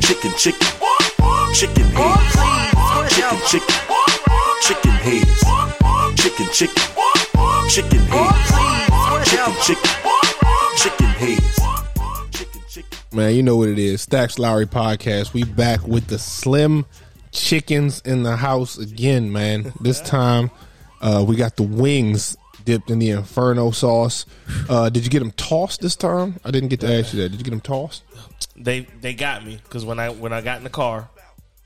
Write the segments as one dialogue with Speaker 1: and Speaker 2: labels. Speaker 1: chicken, chicken heads, chicken chicken, chicken heads, chicken chicken, chicken heads, chicken chicken, chicken heads, chicken chicken.
Speaker 2: Man, you know what it is. Stacks Lowry podcast. We back with the slim chickens in the house again, man. This time, uh, we got the wings dipped in the inferno sauce. Uh, did you get them tossed this time? I didn't get to ask you that. Did you get them tossed?
Speaker 3: They they got me because when I when I got in the car,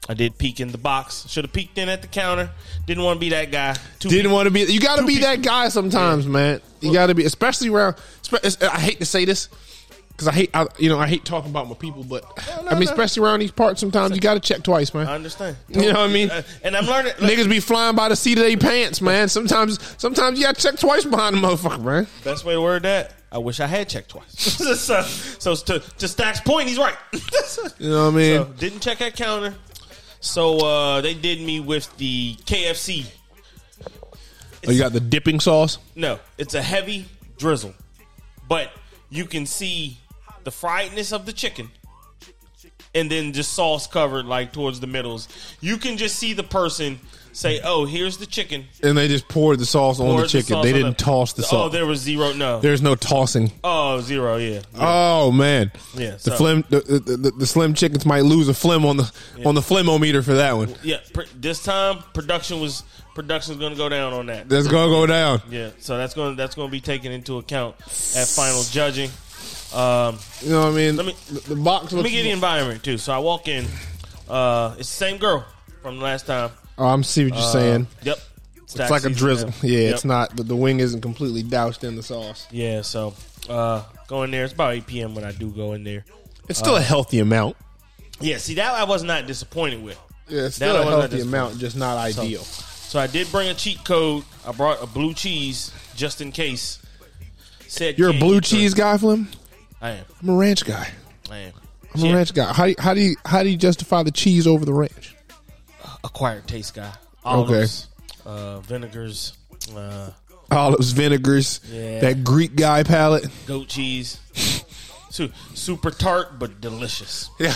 Speaker 3: I did peek in the box. Should have peeked in at the counter. Didn't want to be that guy. Two
Speaker 2: Didn't
Speaker 3: peop-
Speaker 2: want to be. You got to be that guy sometimes, man. You got to be, especially around. spe- it's- I hate to say this because I hate, I, you know, I hate talking about my people, but I mean, especially around these parts, sometimes you got to check twice, man.
Speaker 3: I understand.
Speaker 2: You know what I mean?
Speaker 3: Uh, and I'm learning. Look,
Speaker 2: Niggas be flying by the seat of their pants, man. Sometimes, sometimes you got to check twice behind the motherfucker, man.
Speaker 3: best way to word that. I wish I had checked twice. so, so to, to Stack's point, he's right.
Speaker 2: You know what I mean?
Speaker 3: So, didn't check that counter. So uh, they did me with the KFC.
Speaker 2: oh, you got the dipping sauce.
Speaker 3: No, it's a heavy drizzle, but you can see the friedness of the chicken, and then just sauce covered like towards the middles. You can just see the person say, "Oh, here's the chicken."
Speaker 2: And they just poured the sauce on
Speaker 3: Pour
Speaker 2: the chicken.
Speaker 3: sauce
Speaker 2: they
Speaker 3: on
Speaker 2: didn't
Speaker 3: the-
Speaker 2: toss the
Speaker 3: Oh,
Speaker 2: sauce.
Speaker 3: there was zero. No.
Speaker 2: There's no tossing.
Speaker 3: oh, zero. Yeah.
Speaker 2: Oh man,
Speaker 3: Yeah,
Speaker 2: the
Speaker 3: so-
Speaker 2: flim, the, the, the, the slim chickens might lose a flim on the on the flimometer for that one.
Speaker 3: Yeah. Pr- this time production was production's going to go down on that.
Speaker 2: That's gonna go down.
Speaker 3: Yeah. So that's going to that's going to be taken into account at final judging. Um,
Speaker 2: You know what I mean?
Speaker 3: Let me-
Speaker 2: the, the box.
Speaker 3: Let me get the environment too. So I walk in. Uh, it's the same girl from last time.
Speaker 2: Oh, I'm see what you're
Speaker 3: Uh,
Speaker 2: saying.
Speaker 3: Yep.
Speaker 2: It's like a drizzle. Yeah, it's not. The, the wing isn't completely doused in the sauce.
Speaker 3: Yeah. So uh, go in there. It's about 8 p.m. when I do go in there.
Speaker 2: It's still a healthy amount.
Speaker 3: Yeah. See that I was not disappointed with.
Speaker 2: Yeah, it's
Speaker 3: That
Speaker 2: still
Speaker 3: I
Speaker 2: a
Speaker 3: wasn't
Speaker 2: healthy
Speaker 3: disappointed.
Speaker 2: amount, just not
Speaker 3: So-
Speaker 2: ideal.
Speaker 3: So I did bring a cheat code. I brought a blue cheese just in case. Said
Speaker 2: You're a
Speaker 3: can't
Speaker 2: blue
Speaker 3: get the-
Speaker 2: cheese guy, Flim.
Speaker 3: I am.
Speaker 2: I'm a ranch guy.
Speaker 3: I am.
Speaker 2: I'm
Speaker 3: She
Speaker 2: a
Speaker 3: had
Speaker 2: ranch guy. How do you, how do you, how do you justify the cheese over the ranch?
Speaker 3: Acquired taste guy.
Speaker 2: Okay.
Speaker 3: Olives, Uh, vinegars. Uh,
Speaker 2: Olives, vinegars,
Speaker 3: Yeah.
Speaker 2: that Greek guy palate.
Speaker 3: goat cheese. Su- super tart but delicious.
Speaker 2: Yeah.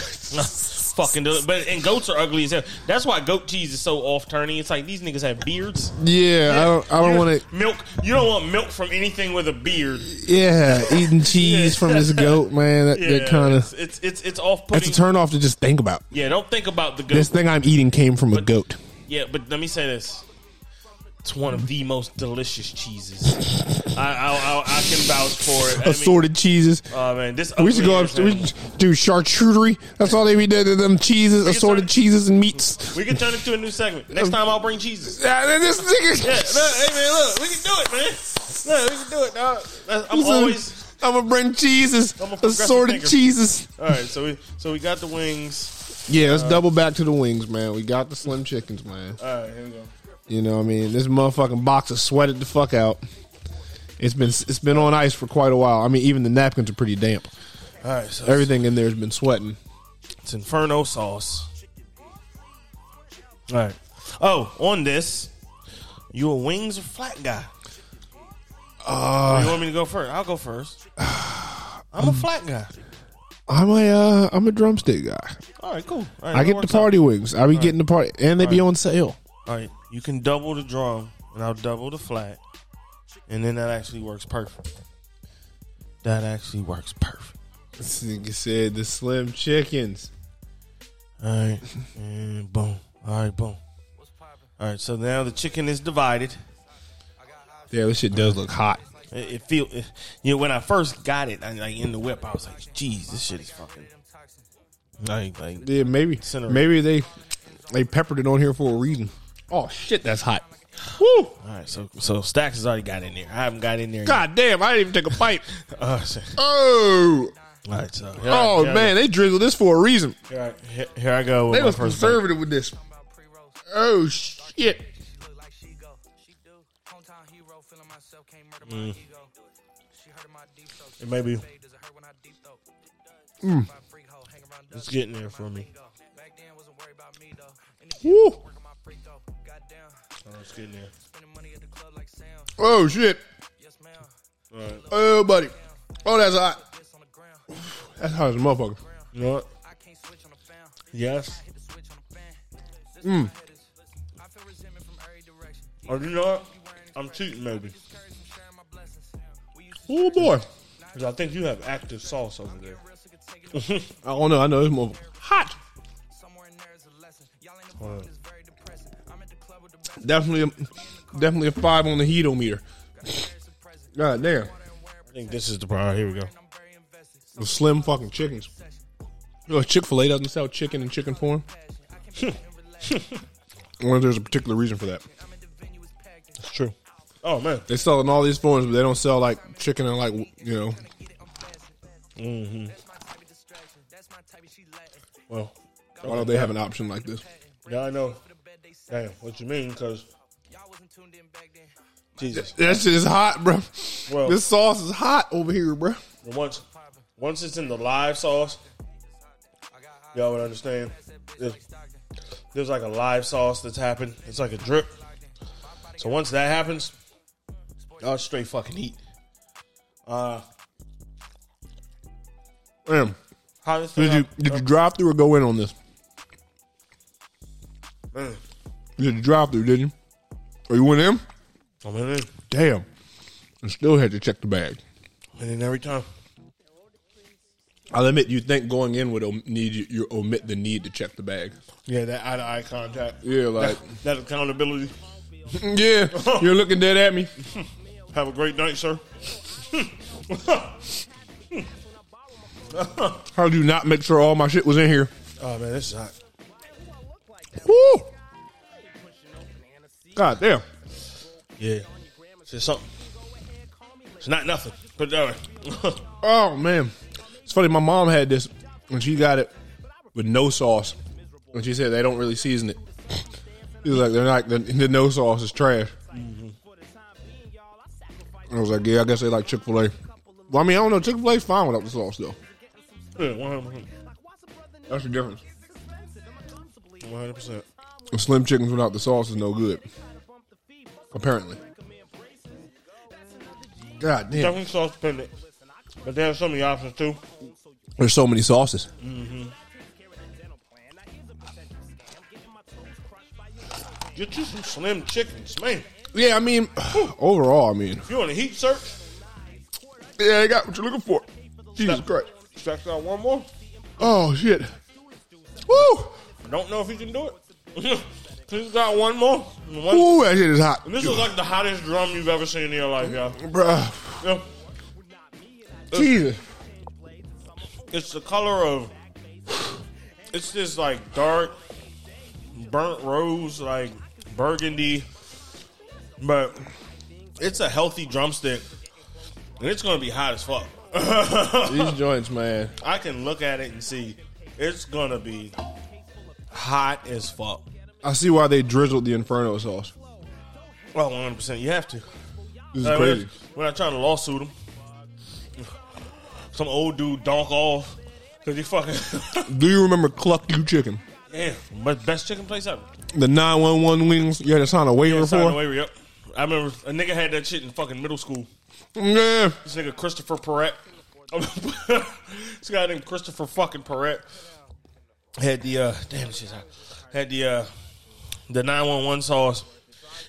Speaker 3: Fucking deli- but and goats are ugly as hell. That's why goat cheese is so off turning. It's like these niggas have beards.
Speaker 2: Yeah, I don't, I don't want to.
Speaker 3: milk. You don't want milk from anything with a beard.
Speaker 2: Yeah, eating cheese from this goat, man. That,
Speaker 3: Yeah,
Speaker 2: that kind
Speaker 3: it's,
Speaker 2: of
Speaker 3: it's it's it's off
Speaker 2: that's
Speaker 3: putting.
Speaker 2: a turnoff to just think about.
Speaker 3: yeah, don't think about the goat.
Speaker 2: This thing I'm eating came from a goat.
Speaker 3: yeah, but let me say this. It's one of the most delicious cheeses. I, I, I I can vouch for it. I mean,
Speaker 2: Assorted cheeses.
Speaker 3: Oh man, this
Speaker 2: We should go up.
Speaker 3: ugly ass
Speaker 2: We
Speaker 3: animal.
Speaker 2: should do charcuterie. That's all they be doing. Them cheeses,
Speaker 3: can
Speaker 2: assorted
Speaker 3: start-
Speaker 2: cheeses and meats.
Speaker 3: We can turn it to a new segment. Next time I'll bring cheeses.
Speaker 2: Ah, then this nigga.
Speaker 3: Yeah, look, hey man, look, we can do it, man. Look, we can do it, dog. That's- I'm always.
Speaker 2: I'm gonna bring cheeses,
Speaker 3: I'm a progressive
Speaker 2: assorted
Speaker 3: thinker.
Speaker 2: cheeses.
Speaker 3: All right, so we so we got the wings.
Speaker 2: Yeah, let's double back to the wings, man. We got the slim chickens, man.
Speaker 3: All right, here we go.
Speaker 2: You know, what I mean, this motherfucking boxer sweated the fuck out. It's been it's been on ice for quite a while. I mean, even the napkins are pretty damp.
Speaker 3: All right, so
Speaker 2: Everything in there has been sweating.
Speaker 3: it's inferno sauce. All right. Oh, on this, you a wings or flat guy? Uh, you want me to go first? I'll go first. I'm a
Speaker 2: Um,
Speaker 3: flat guy.
Speaker 2: I'm a uh, I'm a drumstick guy.
Speaker 3: All right, cool. All right,
Speaker 2: I
Speaker 3: that
Speaker 2: get the
Speaker 3: works out.
Speaker 2: party wings. I be getting the party, and they be on sale.
Speaker 3: All right, you can double the drum, and I'll double the flat, and then that actually works perfect. That actually works perfect.
Speaker 2: This nigga said the slim chickens.
Speaker 3: All right, and boom. All right, boom. All right, so now the chicken is divided.
Speaker 2: Yeah, this shit does look hot.
Speaker 3: It, it feel, it- you know, when I first got it, I, like in the whip, I was like, "Jeez, this shit is fucking." Like, like,
Speaker 2: Yeah, maybe
Speaker 3: Center.
Speaker 2: maybe they they peppered it on here for a reason. Oh shit, that's hot. Woo!
Speaker 3: all right, so so Stacks has already got in there. I haven't got in there.
Speaker 2: God damn, I didn't even take a bite.
Speaker 3: yet. Uh, so-
Speaker 2: Oh,
Speaker 3: all right, so here I-
Speaker 2: oh
Speaker 3: here I-
Speaker 2: man, they drizzled this for a reason.
Speaker 3: here I, here, here I go. With
Speaker 2: They
Speaker 3: my
Speaker 2: was
Speaker 3: first
Speaker 2: conservative with this. Oh shit.
Speaker 3: bite. It may be Mm. it's getting there for me.
Speaker 2: Woo!
Speaker 3: Oh, it's getting there.
Speaker 2: Oh shit. Oh buddy. Oh that's hot. That's hot as a motherfucker.
Speaker 3: You know what? Yes. Or Mm. Oh, you know what? I'm cheating maybe.
Speaker 2: Oh boy.
Speaker 3: Because I think you have active sauce over there.
Speaker 2: I don't know. I know it's more hot. Definitely, a, definitely a five on the heatometer. God damn,
Speaker 3: I think this is the problem. Here we go.
Speaker 2: the slim fucking chickens. Chick Fil A doesn't sell chicken in chicken form. I wonder if there's a particular reason for that.
Speaker 3: It's true. Oh man.
Speaker 2: They sell in all these forms, but they don't sell like chicken and like w- you know.
Speaker 3: Well,
Speaker 2: Why don't they have an option like this?
Speaker 3: now I know. Damn, what you mean? Because Jesus,
Speaker 2: That shit is hot, bro.
Speaker 3: Well-
Speaker 2: this sauce is hot over here, bro.
Speaker 3: once once it's in the live sauce, y'all would understand. There's, there's like a live sauce that's happened. It's like a drip. So once that happens, y'all straight fucking eat. Uh,
Speaker 2: Damn.
Speaker 3: hottest thing
Speaker 2: Did you
Speaker 3: I-
Speaker 2: did you drive through or go in on this?
Speaker 3: Man,
Speaker 2: You did the drive through, did you? Or you went in?
Speaker 3: I went in.
Speaker 2: Damn. And still had to check the bag.
Speaker 3: Went in every time.
Speaker 2: I'll admit, you think going in would om- need you, you omit the need to check the bag.
Speaker 3: Yeah, that eye to eye contact.
Speaker 2: Yeah, like,
Speaker 3: That accountability.
Speaker 2: yeah, you're looking dead at me.
Speaker 3: Have a great night, sir.
Speaker 2: How do you not make sure all my shit was in here?
Speaker 3: Oh man, this is hot.
Speaker 2: Woo! God damn.
Speaker 3: Yeah. It's just something. It's not nothing. Put it down.
Speaker 2: Oh, man. It's funny, my mom had this when she got it with no sauce. And she said they don't really season it. She was like, they're not, the, the no sauce is trash. I was like, yeah, I guess they like Chick fil A. Well, I mean, I don't know. Chick fil A's fine without the sauce, though.
Speaker 3: yeah, 100%.
Speaker 2: That's the difference.
Speaker 3: 100%.
Speaker 2: The slim chickens without the sauce is no good. Apparently. God damn.
Speaker 3: Definitely sauce dependent. But there are so many options too.
Speaker 2: There's so many sauces.
Speaker 3: Get you some slim chickens, man.
Speaker 2: Yeah, I mean, overall, I mean,
Speaker 3: If you're on a heat search,
Speaker 2: yeah, I got what you're looking for. Jesus Christ.
Speaker 3: stretch out one more.
Speaker 2: Oh, shit. Woo!
Speaker 3: I don't know if you can do it. Please got one more. One-
Speaker 2: Ooh, that shit is hot.
Speaker 3: This is like the hottest drum you've ever seen in your life, y'all.
Speaker 2: Bruh.
Speaker 3: Yeah.
Speaker 2: Jesus.
Speaker 3: It's the color of. It's this like dark, burnt rose, like burgundy, but it's a healthy drumstick, and it's gonna be hot as fuck.
Speaker 2: These joints, man.
Speaker 3: I can look at it and see it's gonna be hot as fuck.
Speaker 2: I see why they drizzled the Inferno sauce.
Speaker 3: Well, 100. Oh, percent You have to.
Speaker 2: This is
Speaker 3: Like,
Speaker 2: crazy.
Speaker 3: We're, we're not trying to lawsuit him. Some old dude donk off because he fucking
Speaker 2: Do you remember Cluck You Chicken?
Speaker 3: damn, but best chicken place ever.
Speaker 2: The 911 wings you had to sign a waiver
Speaker 3: Yeah,
Speaker 2: for?
Speaker 3: Sign the waiver, yep. I remember a nigga had that shit in fucking middle school.
Speaker 2: yeah.
Speaker 3: This nigga Christopher Perret. this guy named Christopher fucking Perret had the uh damn this shit's hot. Had the uh the nine one one sauce.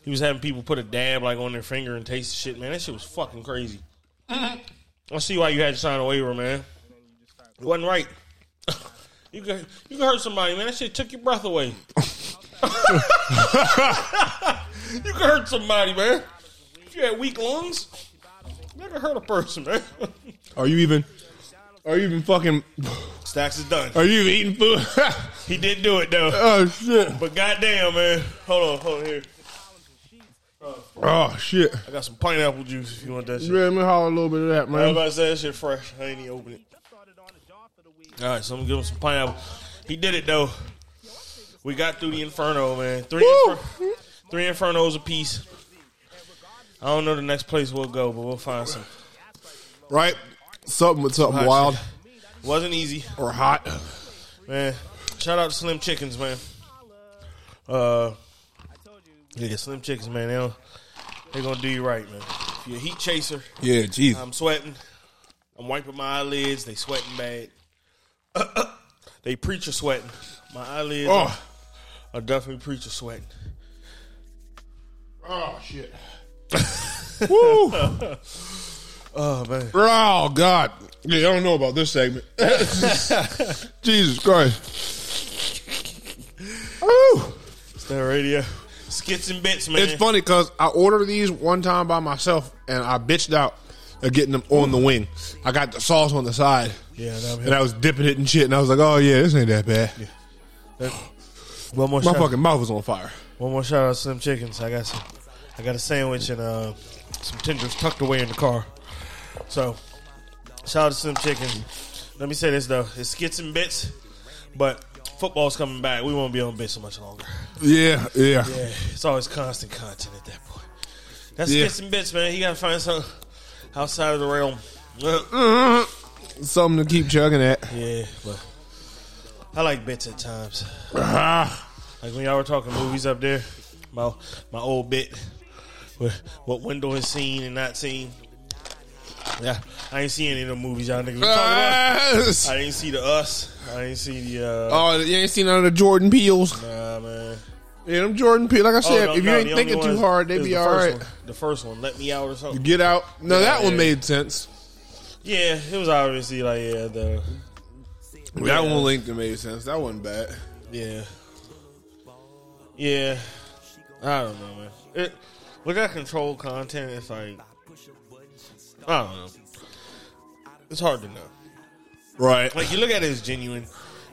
Speaker 3: He was having people put a dab like on their finger and taste the shit, man. That shit was fucking crazy. I see why you had to sign a waiver, man. It wasn't right. you could you could hurt somebody, man. That shit took your breath away. you could hurt somebody, man. If you had weak lungs, you could hurt a person, man.
Speaker 2: Are you even. Are you even fucking.
Speaker 3: Stacks is done.
Speaker 2: Are you even eating food?
Speaker 3: He did do it though.
Speaker 2: oh, shit.
Speaker 3: But goddamn, man. Hold on, hold on here.
Speaker 2: Oh, shit.
Speaker 3: I got some pineapple juice if you want that shit.
Speaker 2: Yeah, let me holler a little bit of that,
Speaker 3: I was
Speaker 2: man.
Speaker 3: about to say that shit fresh. I ain't even open it. All right, so I'm gonna give him some pineapple. He did it though. We got through the inferno, man. Three,
Speaker 2: Woo!
Speaker 3: infer- three infernos apiece. I don't know the next place we'll go, but we'll find some.
Speaker 2: Right? Something with something
Speaker 3: Hot
Speaker 2: wild
Speaker 3: Wasn't easy,
Speaker 2: or hot.
Speaker 3: man. Shout out to Slim Chickens, man. Uh, yeah, Slim Chickens, man. They don't, they gonna do you right, man. If you're a heat chaser,
Speaker 2: Yeah, jeez.
Speaker 3: I'm sweating. I'm wiping my eyelids. They sweating bad. They preacher sweating. My eyelids
Speaker 2: Oh,
Speaker 3: are definitely preacher sweating.
Speaker 2: oh shit. Woo!
Speaker 3: Oh man.
Speaker 2: Oh God! Yeah, I don't know about this segment. Jesus Christ! Ooh.
Speaker 3: It's that radio. Skits and bits, man.
Speaker 2: It's funny because I ordered these one time by myself, and I bitched out at getting them on the wing. I got the sauce on the side,
Speaker 3: Yeah, that'll be-
Speaker 2: and I was dipping it and shit, and I was like, "Oh yeah, this ain't that bad."
Speaker 3: One more
Speaker 2: My
Speaker 3: shot.
Speaker 2: fucking mouth was on fire.
Speaker 3: One more shout out to Slim Chickens. I got some. I got a sandwich and uh, some tenders tucked away in the car. So, shout out to Slim Chicken. Let me say this though: it's skits and bits, but football's coming back. We won't be on bits so much longer.
Speaker 2: Yeah, yeah,
Speaker 3: Yeah, it's always constant content at that point. That's
Speaker 2: Yeah.
Speaker 3: skits and bits, man. You gotta find something outside of the realm.
Speaker 2: Mm-hmm. something to keep chugging at.
Speaker 3: Yeah, but I like bits at times.
Speaker 2: Ah,
Speaker 3: Like when y'all were talking movies up there, my my old bit, with what Wendell has seen and not seen. Yeah, I ain't seen any of the movies y'all niggas were talking about. I didn't see the Us. I didn't see the. Uh,
Speaker 2: oh, you ain't seen none of the Jordan Peels.
Speaker 3: Nah, man.
Speaker 2: Yeah, them Jordan Peele. Like I
Speaker 3: Oh,
Speaker 2: said,
Speaker 3: no,
Speaker 2: if you
Speaker 3: no,
Speaker 2: ain't
Speaker 3: the only
Speaker 2: thinking too
Speaker 3: one
Speaker 2: hard, they
Speaker 3: is
Speaker 2: be
Speaker 3: the
Speaker 2: all
Speaker 3: first
Speaker 2: right.
Speaker 3: one. The first one, Let Me Out or something.
Speaker 2: Get out. No, that one
Speaker 3: yeah.
Speaker 2: made sense.
Speaker 3: Yeah, it was obviously like yeah the
Speaker 2: That one linked and made sense. That wasn't bad.
Speaker 3: yeah yeah. I don't know, man. It, with that controlled content, it's like I don't know. It's hard to know.
Speaker 2: Right.
Speaker 3: Like you look at it as genuine.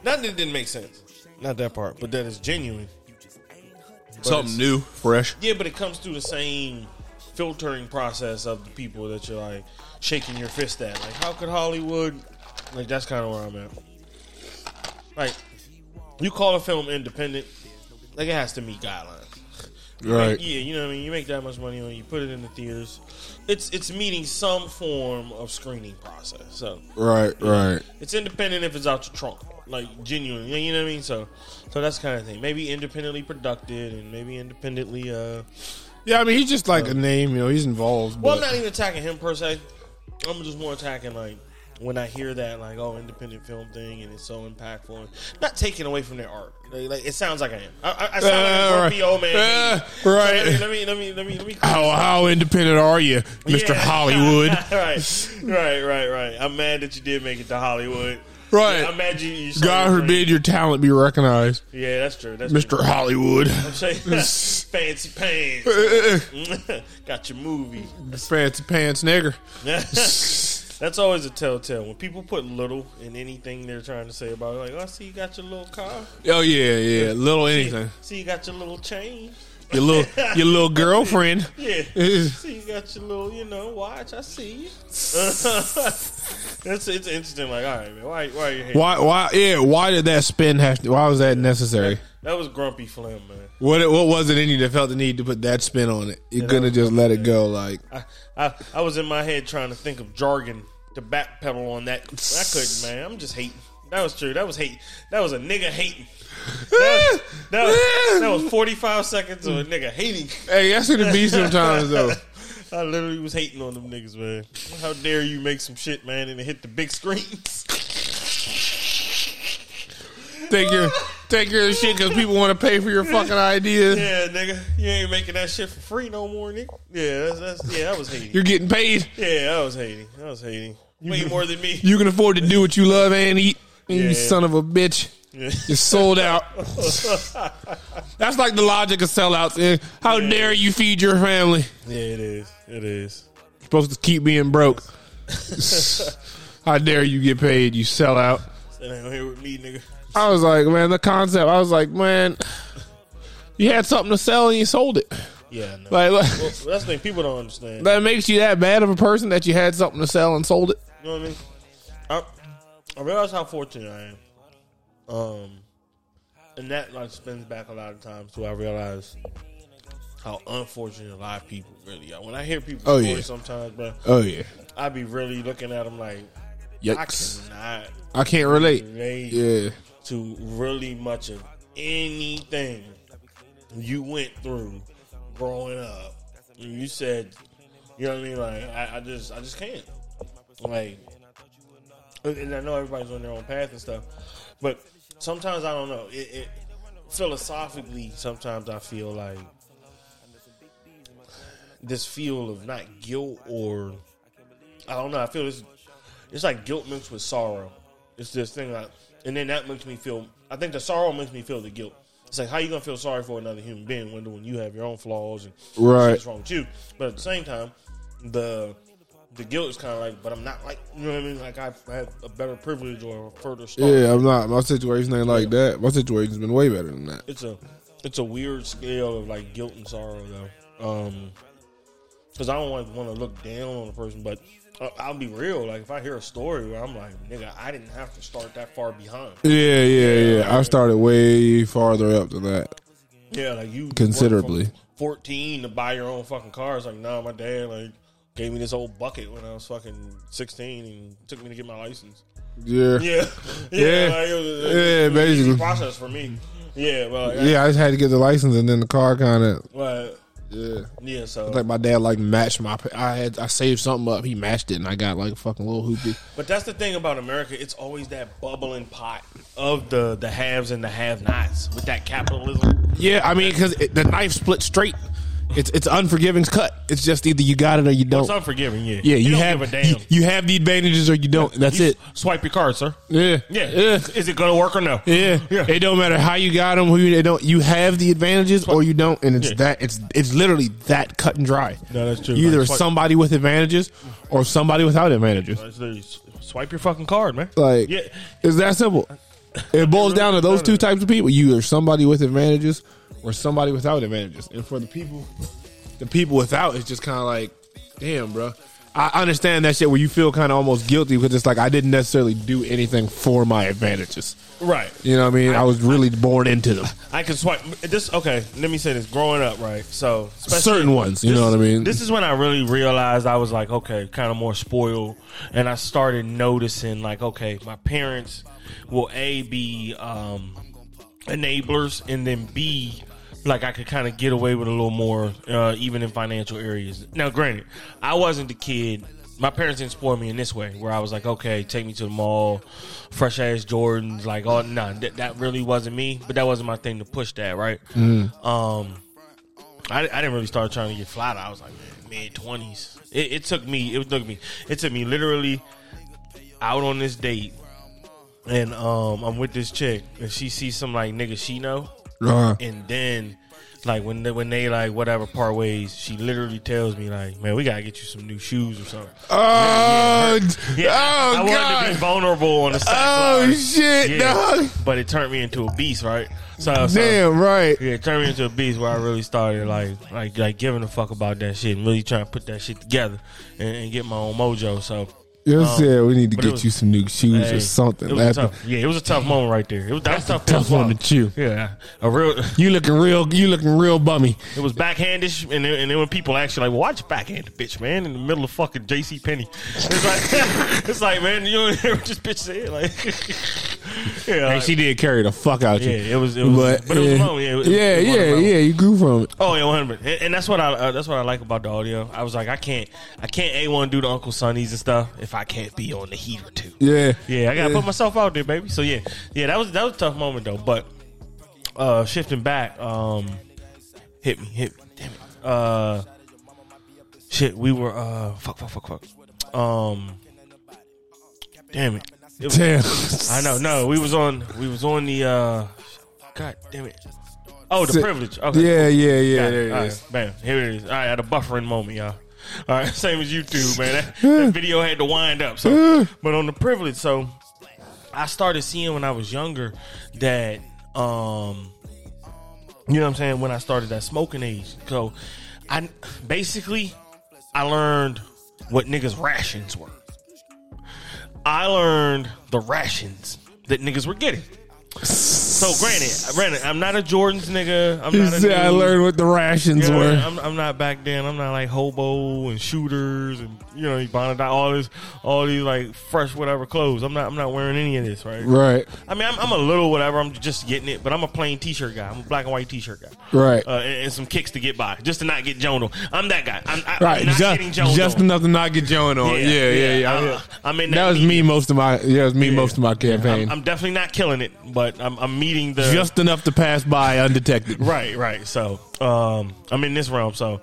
Speaker 3: Not that it didn't make sense. Not that part, but that it's genuine. But
Speaker 2: Something
Speaker 3: it's-
Speaker 2: new, fresh.
Speaker 3: Yeah, but it comes through the same filtering process of the people that you're like shaking your fist at. Like, how could Hollywood? Like, that's kind of where I'm at. Like, you call a film independent, like it has to meet guidelines.
Speaker 2: Right.
Speaker 3: Yeah, you know what I mean. You make that much money on it, you put it in the theaters. It's it's meeting some form of screening process. So
Speaker 2: Right, right.
Speaker 3: it's independent if it's out your trunk, like genuinely. You know what I mean? So, so that's kind of thing. Maybe independently produced and maybe independently. uh
Speaker 2: Yeah, I mean, he's just like a name, you know, he's involved.
Speaker 3: Well,
Speaker 2: But,
Speaker 3: I'm not even attacking him per se. I'm just more attacking like when I hear that like oh independent film thing and it's so impactful. And not taking away from their art. Like, like, it sounds like I am. I, I, I sound
Speaker 2: Uh,
Speaker 3: like a
Speaker 2: right.
Speaker 3: grumpy old man.
Speaker 2: Uh,
Speaker 3: So
Speaker 2: right.
Speaker 3: let, me, let me let me let me let me.
Speaker 2: how, how independent are you, Mr.
Speaker 3: Yeah.
Speaker 2: Hollywood?
Speaker 3: right, right, right, right. I'm mad that you did make it to Hollywood.
Speaker 2: Right.
Speaker 3: I'm mad you. you saw
Speaker 2: God
Speaker 3: your dream.
Speaker 2: forbid your talent be recognized,
Speaker 3: Yeah, that's true. That's true.
Speaker 2: Mr. Hollywood.
Speaker 3: Say, fancy pants. Got your movie.
Speaker 2: Fancy pants nigger.
Speaker 3: That's always a telltale. When people put little in anything they're trying to say about it, like, oh, I see you got your little car.
Speaker 2: Oh, yeah, yeah. Little anything.
Speaker 3: See you got your little chain.
Speaker 2: Your little, your little girlfriend.
Speaker 3: Yeah.
Speaker 2: It's-
Speaker 3: see you got your little, you know, watch. I see you. it's, it's interesting. Like, all right, man, why, why are you here?
Speaker 2: Why, why, yeah, why did that spin have to, why was that necessary?
Speaker 3: That was Grumpy Flim, man.
Speaker 2: What, what was it in you that felt the need to put that spin on it? You're gonna just let it go, like,
Speaker 3: I, I, I was in my head trying to think of jargon to backpedal on that. I couldn't, man. I'm just hating. That was true. That was hate. That was a nigga hating. That, that, was, that was 45 seconds of a nigga hating.
Speaker 2: hey, that's what it be sometimes, though.
Speaker 3: I literally was hating on them niggas, man. How dare you make some shit, man, and it hit the big screens?
Speaker 2: Take your, take your shit because people want to pay for your fucking ideas.
Speaker 3: Yeah, nigga, you ain't making that shit for free no more, nigga. Yeah, that's, that's yeah, I was hating.
Speaker 2: You're getting paid.
Speaker 3: Yeah, I was hating. I was hating. Way more than me.
Speaker 2: You can afford to do what you love and eat.
Speaker 3: Yeah.
Speaker 2: You son of a bitch.
Speaker 3: Yeah.
Speaker 2: You're sold out. That's like the logic of sellouts. Eh, How dare you feed your family?
Speaker 3: Yeah, it is. It is.
Speaker 2: You're supposed to keep being broke. How dare you get paid? You sell out.
Speaker 3: Sit down here with me, nigga.
Speaker 2: I was like, man, the concept. I was like, man, you had something to sell and you sold it.
Speaker 3: Yeah, I know.
Speaker 2: Like,
Speaker 3: Well, that's the thing people don't understand.
Speaker 2: that makes you that bad of a person that you had something to sell and sold it.
Speaker 3: you know what I mean? I, I realize how fortunate I am. Um, and that like spins back a lot of times too. I realize how unfortunate a lot of people really are. When I hear people
Speaker 2: Oh,
Speaker 3: stories
Speaker 2: yeah.
Speaker 3: sometimes, but
Speaker 2: Oh yeah,
Speaker 3: I be really looking at them like I
Speaker 2: yikes!
Speaker 3: cannot
Speaker 2: I can't relate.
Speaker 3: relate
Speaker 2: Yeah,
Speaker 3: to really much of anything you went through growing up. And you said, you know what I mean? Like, I, I just, I just can't. Like, and I know everybody's on their own path and stuff, but sometimes I don't know. It, it philosophically, sometimes I feel like this feel of not guilt or I don't know. I feel this. It's like guilt mixed with sorrow. It's this thing, like, and then that makes me feel. I think the sorrow makes me feel the guilt. It's like how you gonna feel sorry for another human being when when you have your own flaws and
Speaker 2: Right.
Speaker 3: shit's wrong with you. But at the same time, the the guilt is kind of like, but I'm not like you know what I mean. Like I, I have a better privilege or a further start.
Speaker 2: Yeah, I'm not. My situation ain't like that. My situation's been way better than that.
Speaker 3: It's a it's a weird scale of like guilt and sorrow though. Um, because I don't want want to look down on a person, but I, I'll be real. Like if I hear a story where I'm like, nigga, I didn't have to start that far behind.
Speaker 2: Yeah, yeah, yeah. I started way farther up than that.
Speaker 3: Yeah, like you worked
Speaker 2: Considerably.
Speaker 3: from fourteen to buy your own fucking car. It's like, nah, my dad like gave me this old bucket when I was fucking sixteen and took me to get my license.
Speaker 2: Yeah, yeah.
Speaker 3: Yeah,
Speaker 2: Yeah.
Speaker 3: like, it was, it was
Speaker 2: Yeah,
Speaker 3: an easy
Speaker 2: basically.
Speaker 3: process for me. Yeah, well, like,
Speaker 2: I just had to get the license, and then the car kind of
Speaker 3: I, well,
Speaker 2: yeah.
Speaker 3: yeah. So,
Speaker 2: Like my dad like matched my. I had I saved something up. He matched it, and I got like a fucking little hoopy.
Speaker 3: but that's the thing about America. It's always that bubbling pot of the the haves and the have-nots with that capitalism.
Speaker 2: Yeah, I mean, because the knife split straight. It's it's unforgiving cut. It's just either you got it or you don't.
Speaker 3: It's unforgiving. Yeah,
Speaker 2: Oh. yeah,
Speaker 3: They
Speaker 2: you
Speaker 3: don't
Speaker 2: have
Speaker 3: give a damn.
Speaker 2: You, you have the advantages or you don't. That's
Speaker 3: You
Speaker 2: it.
Speaker 3: Swipe your card, sir.
Speaker 2: Yeah,
Speaker 3: Yeah.
Speaker 2: yeah.
Speaker 3: Is it gonna work or no?
Speaker 2: Yeah.
Speaker 3: Yeah.
Speaker 2: it don't matter how you got them. Who you they don't, you have the advantages or you don't, and it's
Speaker 3: Yeah.
Speaker 2: that it's it's literally that cut and dry.
Speaker 3: No, that's true.
Speaker 2: You either
Speaker 3: Like, fuck-
Speaker 2: somebody with advantages or somebody without advantages.
Speaker 3: It's literally s- Swipe your fucking card, man.
Speaker 2: Like,
Speaker 3: yeah,
Speaker 2: it's that simple. It boils down to those two types of people. You either somebody with advantages or somebody without advantages. And for the people, the people without, it's just kind of like, damn, bro. I understand that shit where you feel kind of almost guilty because it's like I didn't necessarily do anything for my advantages.
Speaker 3: right.
Speaker 2: You know what I mean? I was really born into them.
Speaker 3: I can swipe this. Okay, let me say this. Growing up, right? So especially-
Speaker 2: Certain ones, you
Speaker 3: this
Speaker 2: know what I
Speaker 3: is-
Speaker 2: mean?
Speaker 3: This is when I really realized I was like, okay, kind of more spoiled, and I started noticing like, okay, my parents will a be um, enablers, and then b like I could kind of get away with a little more, uh, even in financial areas. Now, granted, I wasn't the kid. My parents didn't spoil me in this way, where I was like, okay, take me to the mall, fresh ass Jordans, like, oh, nah, that, that really wasn't me, but that wasn't my thing to push that, right? Um, I, I didn't really start trying to get flat. I was like mid twenties. It, it took me. It took me. It took me literally out on this date, and um, I'm with this chick, and she sees some like nigga she know,
Speaker 2: Uh,
Speaker 3: and then like when they, when they like whatever part ways, she literally tells me like, man, we gotta get you some new shoes or something.
Speaker 2: oh,
Speaker 3: Yeah, I,
Speaker 2: Uh,
Speaker 3: I
Speaker 2: oh,
Speaker 3: wanted to be
Speaker 2: God.
Speaker 3: vulnerable on the sex
Speaker 2: Oh,
Speaker 3: line.
Speaker 2: shit,
Speaker 3: Yeah,
Speaker 2: dog.
Speaker 3: but it turned me into a beast, right? So, so
Speaker 2: Damn, right.
Speaker 3: yeah, it turned me into a beast where I really started like like like giving a fuck about that shit and really trying to put that shit together and, and get my own mojo. So
Speaker 2: You
Speaker 3: Um,
Speaker 2: said we need to
Speaker 3: but it
Speaker 2: get
Speaker 3: was-
Speaker 2: you some new shoes
Speaker 3: hey,
Speaker 2: or something.
Speaker 3: It was a
Speaker 2: That's
Speaker 3: tough, yeah, it was a tough moment right there. It was that was tough.
Speaker 2: tough one to chew.
Speaker 3: Yeah, a real.
Speaker 2: You looking real? You looking real bummy?
Speaker 3: It was backhandish, and then, and then when people actually like, well, why just backhand the bitch, man, in the middle of fucking J.C. Penney? It's like, it's like, man, you don't hear what this bitch said, like, yeah,
Speaker 2: Hey,
Speaker 3: like-
Speaker 2: she did carry the fuck out you.
Speaker 3: Yeah, it was- it was- but it was
Speaker 2: yeah,
Speaker 3: a moment, yeah, it was-
Speaker 2: yeah,
Speaker 3: it was a
Speaker 2: yeah,
Speaker 3: moment.
Speaker 2: yeah, You grew from it.
Speaker 3: Oh yeah, one hundred. And, and that's what I uh, that's what I like about the audio. I was like, I can't I can't a one do the Uncle Sonny's and stuff if I can't be on the heat or two.
Speaker 2: Yeah,
Speaker 3: Yeah, I gotta put myself out there, baby. So yeah, yeah, that was that was a tough moment though. But uh shifting back, um, hit me, hit me, damn it. Uh, shit, we were uh, fuck, fuck, fuck, fuck. Um, damn it. It was-
Speaker 2: Damn.
Speaker 3: I know. No, we was on we was on the uh, god damn it. Oh, the privilege. Okay.
Speaker 2: Yeah, yeah, yeah.
Speaker 3: Got it.
Speaker 2: There it
Speaker 3: All
Speaker 2: is.
Speaker 3: right, bam. Here it is. All right, I had a buffering moment, y'all. All right, same as YouTube, man. That, that video had to wind up. So, but on the privilege, so I started seeing when I was younger that, um, you know what I'm saying. When I started that smoking age, so I basically I learned what niggas rations were. I learned the rations that niggas were getting. So granted, granted, I'm not a Jordans nigga. I'm
Speaker 2: He
Speaker 3: not a
Speaker 2: said, I
Speaker 3: dude.
Speaker 2: learned what the rations
Speaker 3: You know,
Speaker 2: were.
Speaker 3: I'm, I'm not back then. I'm not like hobo and shooters and you know Bonnet, all this, all these like fresh whatever clothes. I'm not. I'm not wearing any of this, right?
Speaker 2: right,
Speaker 3: I mean, I'm, I'm a little whatever. I'm just getting it, but I'm a plain T-shirt guy. I'm a black and white T-shirt guy.
Speaker 2: right,
Speaker 3: Uh, and, and some kicks to get by, just to not get Joned on. I'm that guy. I'm, I,
Speaker 2: right.
Speaker 3: I'm not
Speaker 2: Just,
Speaker 3: getting Joned
Speaker 2: just
Speaker 3: on.
Speaker 2: enough to not get Joan on. Yeah, yeah, yeah.
Speaker 3: I'm,
Speaker 2: yeah.
Speaker 3: I'm in that.
Speaker 2: that was
Speaker 3: medium.
Speaker 2: me most of my. Yeah, it was me most of my campaign.
Speaker 3: I'm, I'm definitely not killing it, but I'm, I'm meeting the
Speaker 2: just enough to pass by undetected.
Speaker 3: Right, right. So, um, I'm in this realm. So,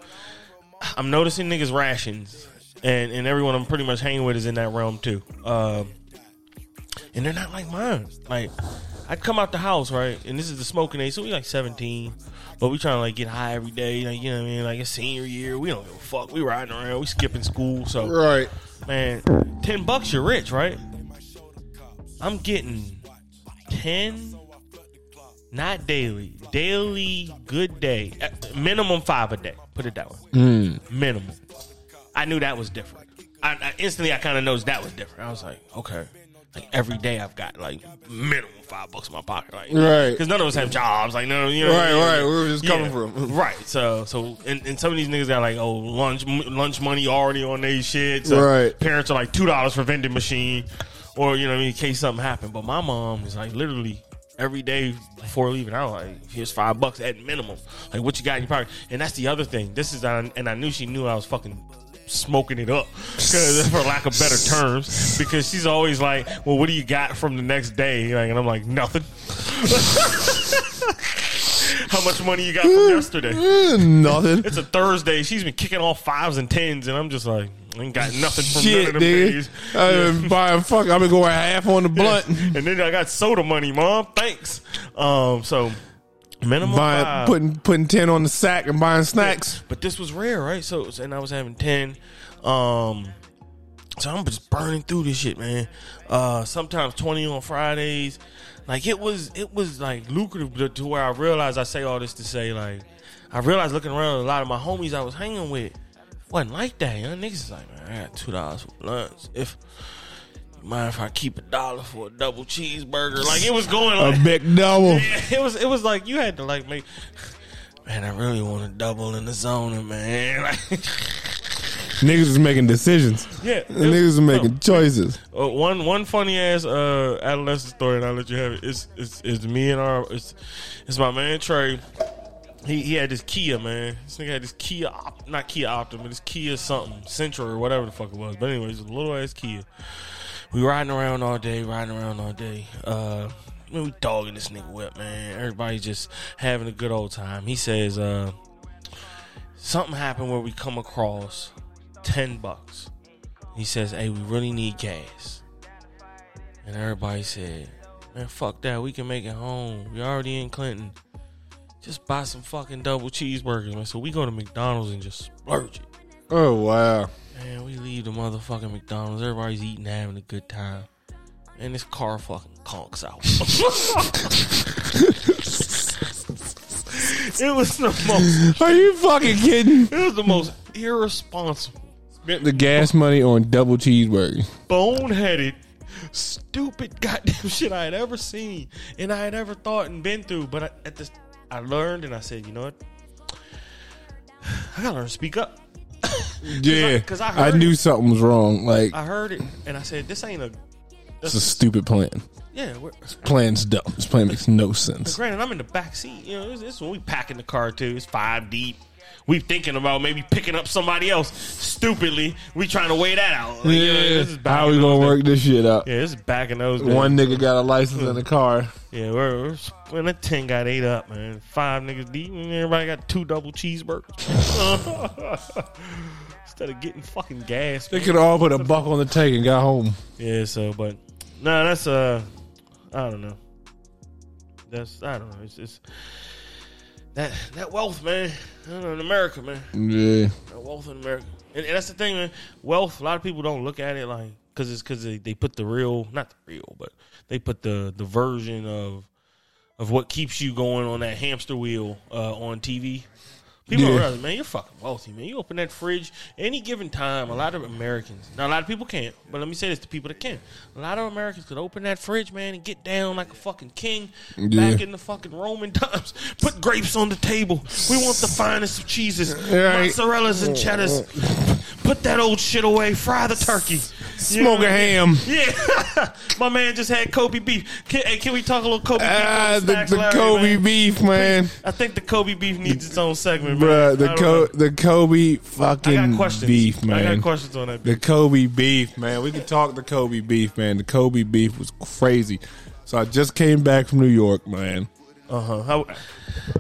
Speaker 3: I'm noticing niggas rations, and and everyone I'm pretty much hanging with is in that realm too. Um, and they're not like mine. Like, I'd come out the house right, and this is the smoking age, so we like 17, but we trying to like get high every day. Like, you know what I mean? Like it's senior year, we don't give a fuck. We riding around, we skipping school. So,
Speaker 2: Right.
Speaker 3: man, ten bucks, you're rich, right? I'm getting ten, not daily, daily good day, Uh, minimum five a day. Put it that way,
Speaker 2: Mm.
Speaker 3: minimum. I knew that was different. I, I instantly, I kind of noticed that was different. I was like, okay, like every day I've got like minimum five bucks in my pocket, like
Speaker 2: Right.
Speaker 3: Because none of us have jobs, like no, you know,
Speaker 2: Right,
Speaker 3: yeah.
Speaker 2: right. Where was this coming from?
Speaker 3: right. So, so, and, and some of these niggas got like, oh, lunch, m- lunch money already on their shit. So
Speaker 2: Right.
Speaker 3: uh, Parents are like two dollars for vending machine, or you know, what I mean, in case something happened. But my mom was like, literally every day before leaving, I was like, here's five bucks at minimum. Like, what you got in your pocket? And that's the other thing. This is, and I knew she knew I was fucking. Smoking it up, 'cause- for lack of better terms, because she's always like, "Well, what do you got from the next day?" Like, and I'm like, "Nothing." How much money you got from yesterday?
Speaker 2: Eh, nothing.
Speaker 3: It's a Thursday. She's been kicking all fives and tens, and I'm just like, I ain't got nothing from
Speaker 2: Shit,
Speaker 3: none of them
Speaker 2: nigga.
Speaker 3: days.
Speaker 2: I've been buying fuck. I've been going half on the blunt.
Speaker 3: and then I got soda money, mom. Thanks. Um, so minimum
Speaker 2: Buying,
Speaker 3: five.
Speaker 2: putting putting ten on the sack and buying snacks.
Speaker 3: but this was rare, right? So, so- and I was having ten. Um, so I'm just burning through this shit, man. Uh, sometimes twenty on Fridays. Like it was, it was like lucrative to, to where I realized. I say all this to say, like, I realized looking around, a lot of my homies I was hanging with wasn't like that. You know, niggas is like, man, I got two dollars for lunch. If you mind if I keep a dollar for a double cheeseburger? Like it was going
Speaker 2: A
Speaker 3: like
Speaker 2: big double.
Speaker 3: yeah, it was it was like you had to like make man i really want to double in the zone man like
Speaker 2: Niggas is making decisions.
Speaker 3: yeah
Speaker 2: Niggas is making choices.
Speaker 3: Uh, one one funny ass uh adolescent story and i'll let you have it it's it's, it's me and our it's it's my man trey he, he had this Kia, man. This nigga had this Kia, Op- not Kia Optima, this Kia something, Sentra or whatever the fuck it was. But anyways, a little ass Kia. We riding around all day, riding around all day. Uh, man, we dogging this nigga whip, man. Everybody just having a good old time. He says, uh, something happened where we come across ten bucks. He says, hey, we really need gas. And everybody said, man, fuck that. We can make it home. We already in Clinton just buy some fucking double cheeseburgers, man. So we go to McDonald's and just splurge it.
Speaker 2: Oh wow.
Speaker 3: Man, we leave the motherfucking McDonald's. Everybody's eating, having a good time. And this car fucking conks out. it was the most
Speaker 2: Are you fucking kidding?
Speaker 3: it was the most irresponsible,
Speaker 2: Spent the gas money on double cheeseburger.
Speaker 3: boneheaded, stupid goddamn shit I had ever seen and I had ever thought and been through. But I, at this I learned and I said, you know what? I gotta learn to speak up.
Speaker 2: Yeah,
Speaker 3: 'cause I
Speaker 2: I,
Speaker 3: heard
Speaker 2: knew
Speaker 3: it.
Speaker 2: something was wrong. Like
Speaker 3: I heard it and I said, "This ain't a
Speaker 2: it's a stupid plan.
Speaker 3: yeah." We're,
Speaker 2: Plan's dumb. This plan makes no sense.
Speaker 3: granted, I'm in the back seat. You know, this, this is when we packing the car too. It's five deep. We thinking about maybe picking up somebody else. Stupidly, we trying to weigh that out. Like, you know,
Speaker 2: Yeah,
Speaker 3: this is back
Speaker 2: how
Speaker 3: in
Speaker 2: we
Speaker 3: those
Speaker 2: gonna
Speaker 3: days.
Speaker 2: work this shit out?
Speaker 3: Yeah, this is back in those days.
Speaker 2: One nigga got a license in the car.
Speaker 3: Yeah, we're, we're when the ten got eight up, man. Five niggas deep, and everybody got two double cheeseburgers. Instead of getting fucking gas,
Speaker 2: They
Speaker 3: man.
Speaker 2: could all put a buck on the tank and got home.
Speaker 3: Yeah, so but no, that's uh I don't know. That's I don't know. It's it's that that wealth, man. I don't know, in America, man.
Speaker 2: Yeah,
Speaker 3: That wealth in America. And, and that's the thing, man. Wealth, a lot of people don't look at it like cuz it's cuz they, they put the real, not the real, but they put the the version of of what keeps you going on that hamster wheel uh, on TV. People don't
Speaker 2: Yeah.
Speaker 3: realize, man, you're fucking wealthy, man. You open that fridge any given time. A lot of Americans, now a lot of people can't, but let me say this to people that can. A lot of Americans could open that fridge, man, and get down like a fucking king
Speaker 2: Yeah.
Speaker 3: back in the fucking Roman times. Put grapes on the table. We want the finest of cheeses,
Speaker 2: Right.
Speaker 3: mozzarellas and cheddars. Put that old shit away. Fry the turkey. You know
Speaker 2: Smoke
Speaker 3: what
Speaker 2: a
Speaker 3: I mean?
Speaker 2: ham.
Speaker 3: Yeah, my man just had Kobe beef. Can, hey, can we talk a little Kobe beef? on
Speaker 2: Ah, the,
Speaker 3: Stacks
Speaker 2: the
Speaker 3: Larry,
Speaker 2: Kobe
Speaker 3: man?
Speaker 2: beef, man.
Speaker 3: I think the Kobe beef needs its own segment, man.
Speaker 2: Bruh,
Speaker 3: I
Speaker 2: the
Speaker 3: don't
Speaker 2: Co-
Speaker 3: know.
Speaker 2: the Kobe
Speaker 3: I got
Speaker 2: fucking
Speaker 3: questions.
Speaker 2: beef, man.
Speaker 3: I got questions on that.
Speaker 2: The Kobe beef, man. We can talk the Kobe beef, man. The Kobe beef was crazy. So I just came back from New York, man.
Speaker 3: Uh
Speaker 2: Uh-huh.
Speaker 3: huh. How,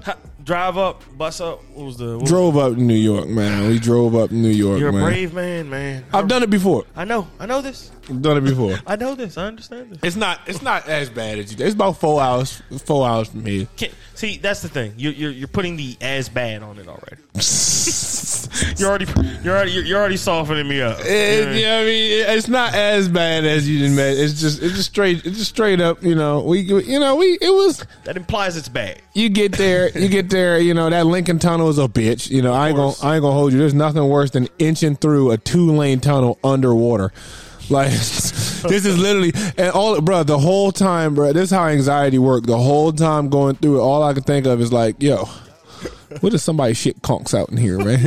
Speaker 3: how, drive up, bus up. What was the? What was-
Speaker 2: Drove up to New York, man. We drove up to New York,
Speaker 3: you're a
Speaker 2: man.
Speaker 3: brave man, man.
Speaker 2: I've done it before.
Speaker 3: I know. I know this.
Speaker 2: I've done it before.
Speaker 3: I know this. I understand this.
Speaker 2: It's not. It's not as bad as you. It's about four hours. Four hours from here.
Speaker 3: Can't, see, that's the thing. You're, you're you're putting the as bad on it already. You're already you're already you're already softening me up. You know what I
Speaker 2: It,
Speaker 3: mean?
Speaker 2: you know what I mean, it's not as bad as you imagine. It's just, it's just straight, it's just straight up. You know, we, you know, we. It was.
Speaker 3: That implies it's bad.
Speaker 2: You get there, you get there. You know that Lincoln Tunnel is a bitch. You know, I ain't gonna,
Speaker 3: course.
Speaker 2: I ain't gonna hold you. There's nothing worse than inching through a two lane tunnel underwater. Like this is literally and all, bro. The whole time, bro. This is how anxiety worked. The whole time going through it, all I could think of is like, yo. What if somebody shit conks out in here, man?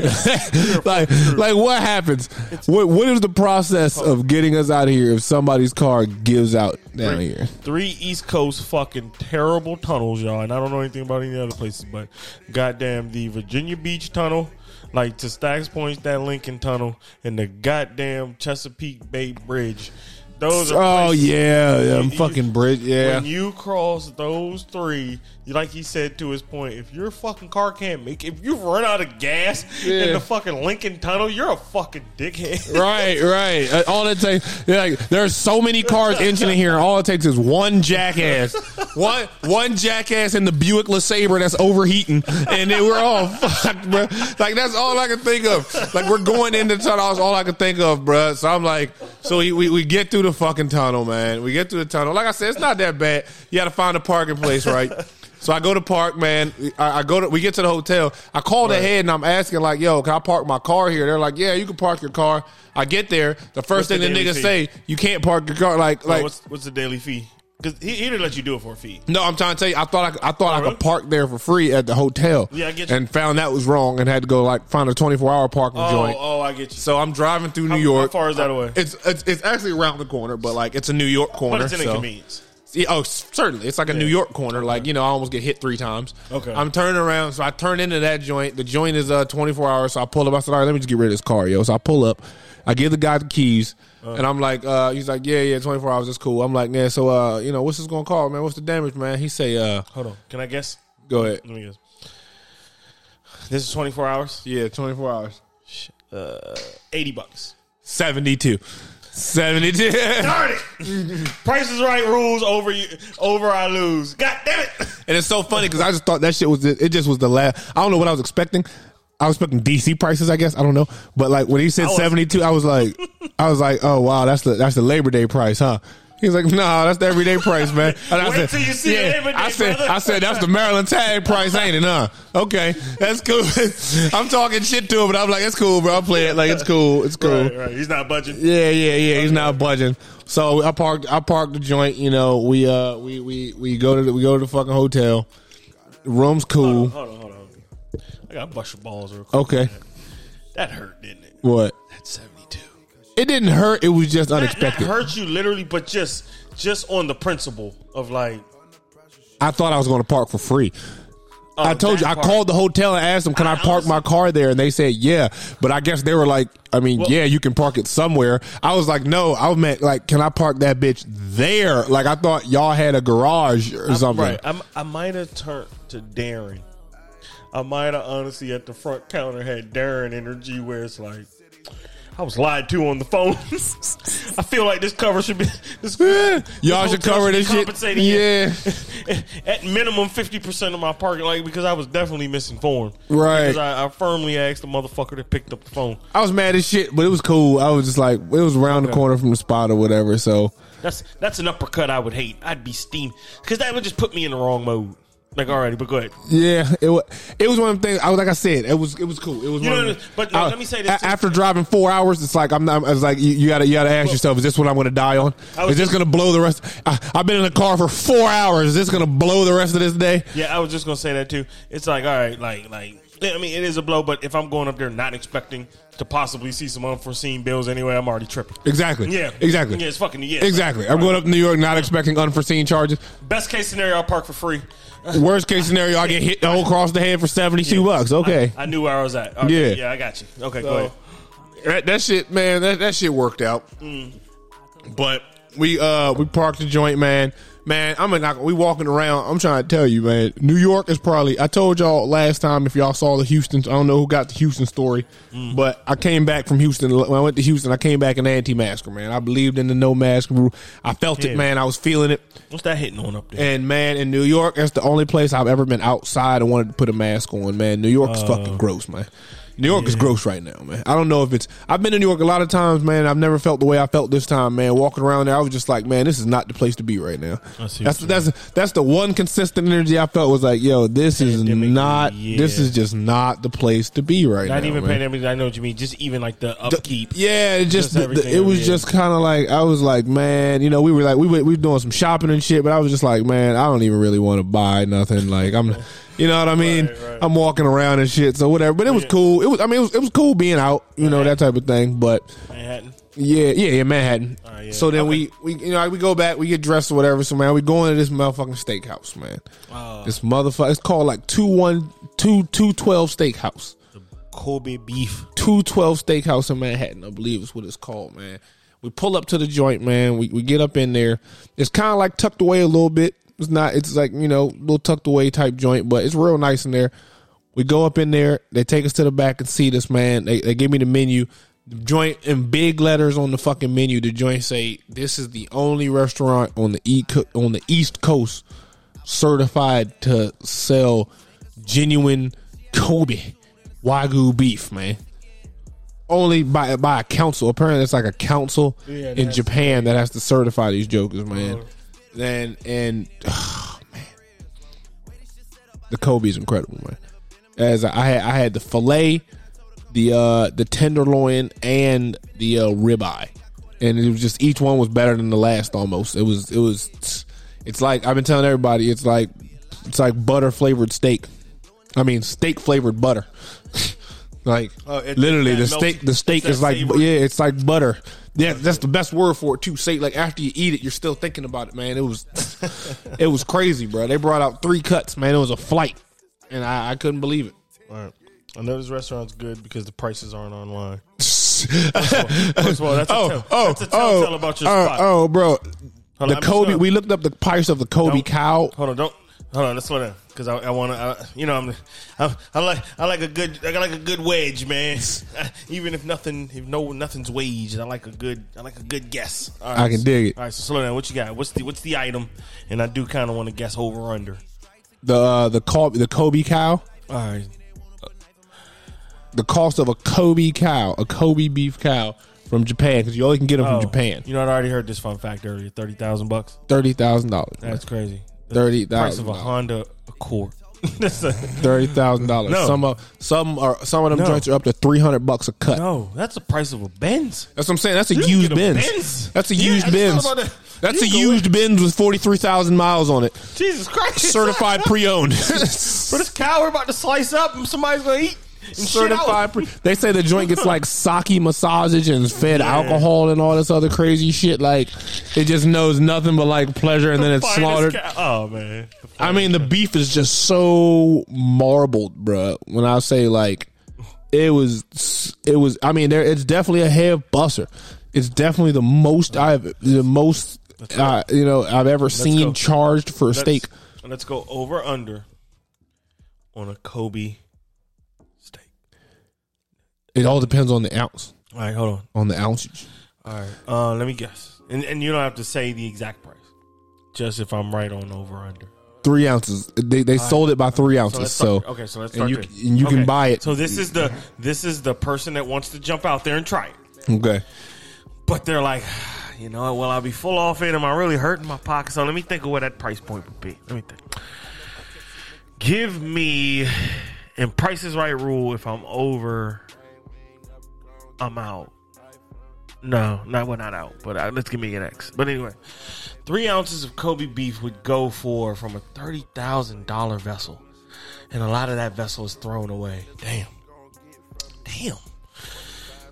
Speaker 2: like, like what happens? What What is the process
Speaker 3: Oh.
Speaker 2: of getting us out of here if somebody's car gives out down here?
Speaker 3: Three East Coast fucking terrible tunnels, y'all. And I don't know anything about any other places, but goddamn the Virginia Beach Tunnel, like to Stacks Point, that Lincoln Tunnel, and the goddamn Chesapeake Bay Bridge. Those are
Speaker 2: Oh
Speaker 3: places-
Speaker 2: yeah, yeah I'm
Speaker 3: you-
Speaker 2: fucking bridge. Yeah,
Speaker 3: When you cross those three, like he said to his point, if your fucking car can't make, if you run out of gas in
Speaker 2: Yeah.
Speaker 3: the fucking Lincoln Tunnel, you're a fucking dickhead.
Speaker 2: Right, right. Uh, All it takes, yeah, like, there's so many cars inching in here. and All it takes is one jackass, one one jackass in the Buick LeSabre that's overheating, and then we're all fucked, bro. Like that's all I can think of. Like we're going into tunnels, all I can think of, bro. So I'm like, so we, we we get through the fucking tunnel, man. We get through the tunnel. Like I said, it's not that bad. You got to find a parking place, right? So I go to park, man. I, I go to we get to the hotel. I called ahead and I'm asking like, "Yo, can I park my car here?" They're like, "Yeah, you can park your car." I get there. The first thing
Speaker 3: What's the
Speaker 2: the,
Speaker 3: daily
Speaker 2: niggas
Speaker 3: fee? Oh,
Speaker 2: say, "You can't park your car." Like, like
Speaker 3: what's what's the daily fee? Because he, he didn't let you do it for a fee.
Speaker 2: no, I'm trying to tell you. I thought I, I thought I
Speaker 3: Oh, really?
Speaker 2: could park there for free at the hotel.
Speaker 3: Yeah, I get you.
Speaker 2: And found that was wrong and had to go like find a 24 hour parking
Speaker 3: Oh,
Speaker 2: joint.
Speaker 3: oh, I get you.
Speaker 2: So I'm driving through New
Speaker 3: how
Speaker 2: York. Uh,
Speaker 3: far is that away?
Speaker 2: It's, it's it's actually around the corner, but like it's a New York corner.
Speaker 3: but it's an
Speaker 2: so.
Speaker 3: inconvenience.
Speaker 2: Yeah, oh, s- certainly. It's like a New York corner. Like, you know, I almost get hit three times.
Speaker 3: Okay.
Speaker 2: I'm turning around. So I turn into that joint. The joint is uh, 24 hours. So I pull up. I said, all right, let me just get rid of this car, yo. So I pull up. I give the guy the keys. and I'm like, uh, he's like, yeah, yeah, 24 hours. That's cool. I'm like, man, so, uh, you know, what's this going to call, man? What's the damage, man? He say, uh,
Speaker 3: Hold on. Can I guess?
Speaker 2: go ahead.
Speaker 3: Let me guess. This is 24 hours.
Speaker 2: Yeah, 24 hours.
Speaker 3: Uh, 80 bucks.
Speaker 2: 72. 72. and
Speaker 3: Darn it! Price is right rules over you. Over I lose. God damn it!
Speaker 2: it's so funny because I just thought that shit was, it just was the last. I don't know what I was expecting. I was expecting DC prices, I guess. I don't know, but like when he said
Speaker 3: was-
Speaker 2: seventy two, I was like, I was like, oh wow, that's the that's the Labor Day price, huh? He's like, nah, that's the everyday price, man. And I
Speaker 3: Wait till you see Labor Day,
Speaker 2: I said,
Speaker 3: brother.
Speaker 2: I said that's the Maryland tag price, ain't it? Huh? Okay, that's cool. I'm talking shit to him, but I'm like, it's cool, bro. I play it like it's cool, it's cool.
Speaker 3: Right, right. He's not budging.
Speaker 2: Yeah, yeah, yeah. He's not budging. So I parked. I parked the joint. You know, we uh, we we we go to the, we go to the fucking hotel. Room's cool.
Speaker 3: Hold on, hold on. I gotta bust your balls real quick.
Speaker 2: Okay.
Speaker 3: That hurt, didn't it?
Speaker 2: What?
Speaker 3: That's 72.
Speaker 2: It didn't hurt. It was just
Speaker 3: That, that
Speaker 2: unexpected.
Speaker 3: hurt you literally, but just just on the principle of like.
Speaker 2: I thought I was going to park for free.
Speaker 3: oh,
Speaker 2: I told you.
Speaker 3: that
Speaker 2: I
Speaker 3: part.
Speaker 2: called the hotel and asked them, "Can I,
Speaker 3: I
Speaker 2: park my
Speaker 3: honestly-
Speaker 2: car there?" And they said, "Yeah," but I guess they were like, "I mean, yeah, you can park it somewhere." I was like, "No," I meant like, "Can I park that bitch there?" Like I thought y'all had a garage or something.
Speaker 3: Right. I'm, I might have turned to Darren. I might have honestly at the front counter had Darren energy where it's like, I was lied to on the phone. I feel like this cover should be. This,
Speaker 2: Y'all should
Speaker 3: hotel
Speaker 2: cover
Speaker 3: be
Speaker 2: this shit.
Speaker 3: compensating
Speaker 2: Yeah.
Speaker 3: you at minimum fifty percent of my parking, like because I was definitely misinformed.
Speaker 2: Right.
Speaker 3: Because I, I firmly asked the motherfucker that picked up the phone.
Speaker 2: I was mad as shit, but it was cool. I was just like, it was around the corner from the spot or whatever. So
Speaker 3: That's that's an uppercut I would hate. I'd be steam because that would just put me in the wrong mode. Like already, but go ahead.
Speaker 2: Yeah, it was. It was one of the things. I was like I said, it was. It was cool. It was.
Speaker 3: You
Speaker 2: one
Speaker 3: know,
Speaker 2: of the,
Speaker 3: but no,
Speaker 2: I-
Speaker 3: let me say this
Speaker 2: a-
Speaker 3: too.
Speaker 2: after driving four hours, it's like I'm not. It's like you, you gotta. You gotta ask yourself: Is this what I'm going to die on?
Speaker 3: I was
Speaker 2: Is this
Speaker 3: just-
Speaker 2: going to blow the rest? I, I've been in a car for four hours. Is this going to blow the rest of this day?
Speaker 3: Yeah, I was just gonna say that too. It's like, all right, like, like. I mean, it is a blow, but if I'm going up there not expecting to possibly see some unforeseen bills anyway, I'm already tripping.
Speaker 2: Exactly.
Speaker 3: Yeah,
Speaker 2: Exactly.
Speaker 3: Yeah, it's fucking yeah.
Speaker 2: Exactly. I'm going up to New York, not expecting unforeseen charges.
Speaker 3: Best case scenario, I'll park for free.
Speaker 2: Worst case scenario, I get hit the whole across the head for seventy two bucks. Okay.
Speaker 3: I, I knew where I was at. Okay,
Speaker 2: Yeah.
Speaker 3: yeah, I got you. Okay, go
Speaker 2: So,
Speaker 3: ahead.
Speaker 2: That, that shit, man. That, that shit worked out. But we uh we parked the joint, man. Man, I'm not. We walking around. I'm trying to tell you, man. New York is probably. I told y'all last time if y'all saw the Houston. I don't know who got the Houston story, but I came back from Houston. When I went to Houston, I came back an anti-masker, man. I believed in the no mask rule. I felt
Speaker 3: Yeah.
Speaker 2: it, man. I was feeling it.
Speaker 3: What's that hitting on up there?
Speaker 2: And man, in New York, that's the only place I've ever been outside and wanted to put a mask on. Man, New York is
Speaker 3: Oh.
Speaker 2: fucking gross, man. New York is gross right now, man. I don't know if it's. I've been in New York a lot of times, man. I've never felt the way I felt this time, man. Walking around there, I was just like, man, this is not the place to be right now.
Speaker 3: I see
Speaker 2: That's
Speaker 3: what you
Speaker 2: that's that's the one consistent energy I felt was like, yo, this is
Speaker 3: Pandemic,
Speaker 2: not.
Speaker 3: yeah.
Speaker 2: This is just not the place to be right now.
Speaker 3: Not even
Speaker 2: man.
Speaker 3: pandemic. I know what you mean. Just even like the upkeep.
Speaker 2: Yeah, it just,
Speaker 3: Just everything
Speaker 2: it was
Speaker 3: over
Speaker 2: just kind of like I was like, man, you know, we were like we were, we were doing some shopping and shit, but I was just like, man, I don't even really want to buy nothing. Like I'm, you know what I mean?
Speaker 3: Right, right.
Speaker 2: I'm walking around and shit, so whatever. But it was cool. It was, I mean, it was, it was cool being out, you know, that type of thing. But
Speaker 3: Manhattan.
Speaker 2: yeah, yeah, yeah, Manhattan.
Speaker 3: Ah, yeah.
Speaker 2: So then
Speaker 3: Okay.
Speaker 2: we, we, you know, we go back, we get dressed or whatever. So man, we go into this motherfucking steakhouse, man.
Speaker 3: Oh.
Speaker 2: This motherfucker, it's called like two one two two twelve steakhouse.
Speaker 3: Kobe beef.
Speaker 2: 212 Steakhouse in Manhattan, I believe is what it's called, man. We pull up to the joint, man. We, we get up in there. It's kind of like tucked away a little bit. It's not, it's like, you know, little tucked away type joint, but it's real nice in there. We go up in there. They take us to the back and see this, man. They, they give me the menu. The joint in big letters on the fucking menu. The joint say, this is the only restaurant on the, e- co- on the East Coast certified to sell genuine Kobe Wagyu beef, man. Only by by a council. Apparently, it's like a council
Speaker 3: Yeah,
Speaker 2: in
Speaker 3: that's- Uh-huh.
Speaker 2: Japan that has to certify these jokers, man. Then and oh, man, the Kobe is incredible, man. As I had, I had the fillet, the uh, the tenderloin, and the uh, ribeye, and it was just each one was better than the last. Almost, it was it was. It's like I've been telling everybody, it's like it's like butter flavored steak. I mean, steak flavored butter. like
Speaker 3: Oh, it-
Speaker 2: literally, the
Speaker 3: it's that
Speaker 2: steak
Speaker 3: melty-
Speaker 2: the steak
Speaker 3: it's
Speaker 2: is
Speaker 3: that
Speaker 2: like
Speaker 3: savory.
Speaker 2: yeah, it's like butter. Yeah, that's the best word for it too. Say like after you eat it, you're still thinking about it, man. It was it was crazy, bro. They brought out three cuts, man. It was a flight, and I, I couldn't believe it.
Speaker 3: All right. I know this restaurant's good because the prices aren't online. First of all, that's a tell. that's a telltale about your
Speaker 2: oh,
Speaker 3: spot.
Speaker 2: oh, bro.
Speaker 3: on,
Speaker 2: the
Speaker 3: I'm just
Speaker 2: Kobe,
Speaker 3: gonna-
Speaker 2: we looked up the price of the Kobe
Speaker 3: Don't-
Speaker 2: cow.
Speaker 3: Hold on, don't. Hold on, let's slow down because I, I want to. You know, I'm, I, I like I like a good I like a good wedge, man. Even if nothing, if no nothing's waged, I like a good I like a good guess. All
Speaker 2: I can dig it.
Speaker 3: All right, so slow down. What you got? What's the what's the item? And I do kind of want to guess over or under.
Speaker 2: The uh, the Kobe, the Kobe cow.
Speaker 3: All right,
Speaker 2: the cost of a Kobe cow, a Kobe beef cow from Japan, because you only can get them
Speaker 3: Oh,
Speaker 2: from Japan.
Speaker 3: You know, I already heard this fun fact earlier. Thirty thousand bucks.
Speaker 2: Thirty thousand dollars.
Speaker 3: That's crazy. The
Speaker 2: Thirty
Speaker 3: price
Speaker 2: thousand
Speaker 3: of a
Speaker 2: dollars.
Speaker 3: Honda Accord. that's a,
Speaker 2: Thirty thousand dollars.
Speaker 3: No.
Speaker 2: Some of some are some of them
Speaker 3: No.
Speaker 2: joints are up to three hundred bucks a cut.
Speaker 3: no, that's the price of a Benz.
Speaker 2: That's what I'm saying. That's a
Speaker 3: You can
Speaker 2: used
Speaker 3: get a
Speaker 2: Benz.
Speaker 3: Benz.
Speaker 2: That's a
Speaker 3: Yeah, I
Speaker 2: used
Speaker 3: just thought
Speaker 2: Benz.
Speaker 3: about that.
Speaker 2: That's
Speaker 3: You
Speaker 2: a
Speaker 3: can go
Speaker 2: used Benz with forty three thousand miles on it,
Speaker 3: Jesus Christ!
Speaker 2: certified pre-owned.
Speaker 3: But this cow we're about to slice up, and somebody's gonna eat. And
Speaker 2: certified. Pre- they say the joint gets like sake massage and is fed alcohol and all this other crazy shit. Like it just knows nothing but like pleasure, and then it's slaughtered.
Speaker 3: Oh man!
Speaker 2: I mean, the beef is just so marbled, bruh. When I say like, it was, it was. I mean, there. It's definitely a hair buster. It's definitely the most I've, the most, uh, you know, I've ever seen
Speaker 3: go.
Speaker 2: charged for a steak.
Speaker 3: Let's, let's go over under on a Kobe steak.
Speaker 2: It all depends on the ounce,
Speaker 3: All right, hold on.
Speaker 2: on the ounces.
Speaker 3: All right, uh, let me guess, and and you don't have to say the exact price. Just if I'm right on over under.
Speaker 2: Three ounces. They they sold it by three ounces.
Speaker 3: let's
Speaker 2: So,
Speaker 3: start- okay, so let's
Speaker 2: and
Speaker 3: start
Speaker 2: you
Speaker 3: there.
Speaker 2: and you
Speaker 3: Okay,
Speaker 2: can buy it.
Speaker 3: So this is the this is the person that wants to jump out there and try it.
Speaker 2: Okay.
Speaker 3: But they're like, you know, what, will I be full off it? Am I really hurting my pocket? So let me think of what that price point would be. Let me think. Give me and Price is Right rule. If I'm over, I'm out. No, not well, not out. But uh, let's give me an X. But anyway, three ounces of Kobe beef would go for from a thirty thousand dollar vessel, and a lot of that vessel is thrown away. Damn, damn,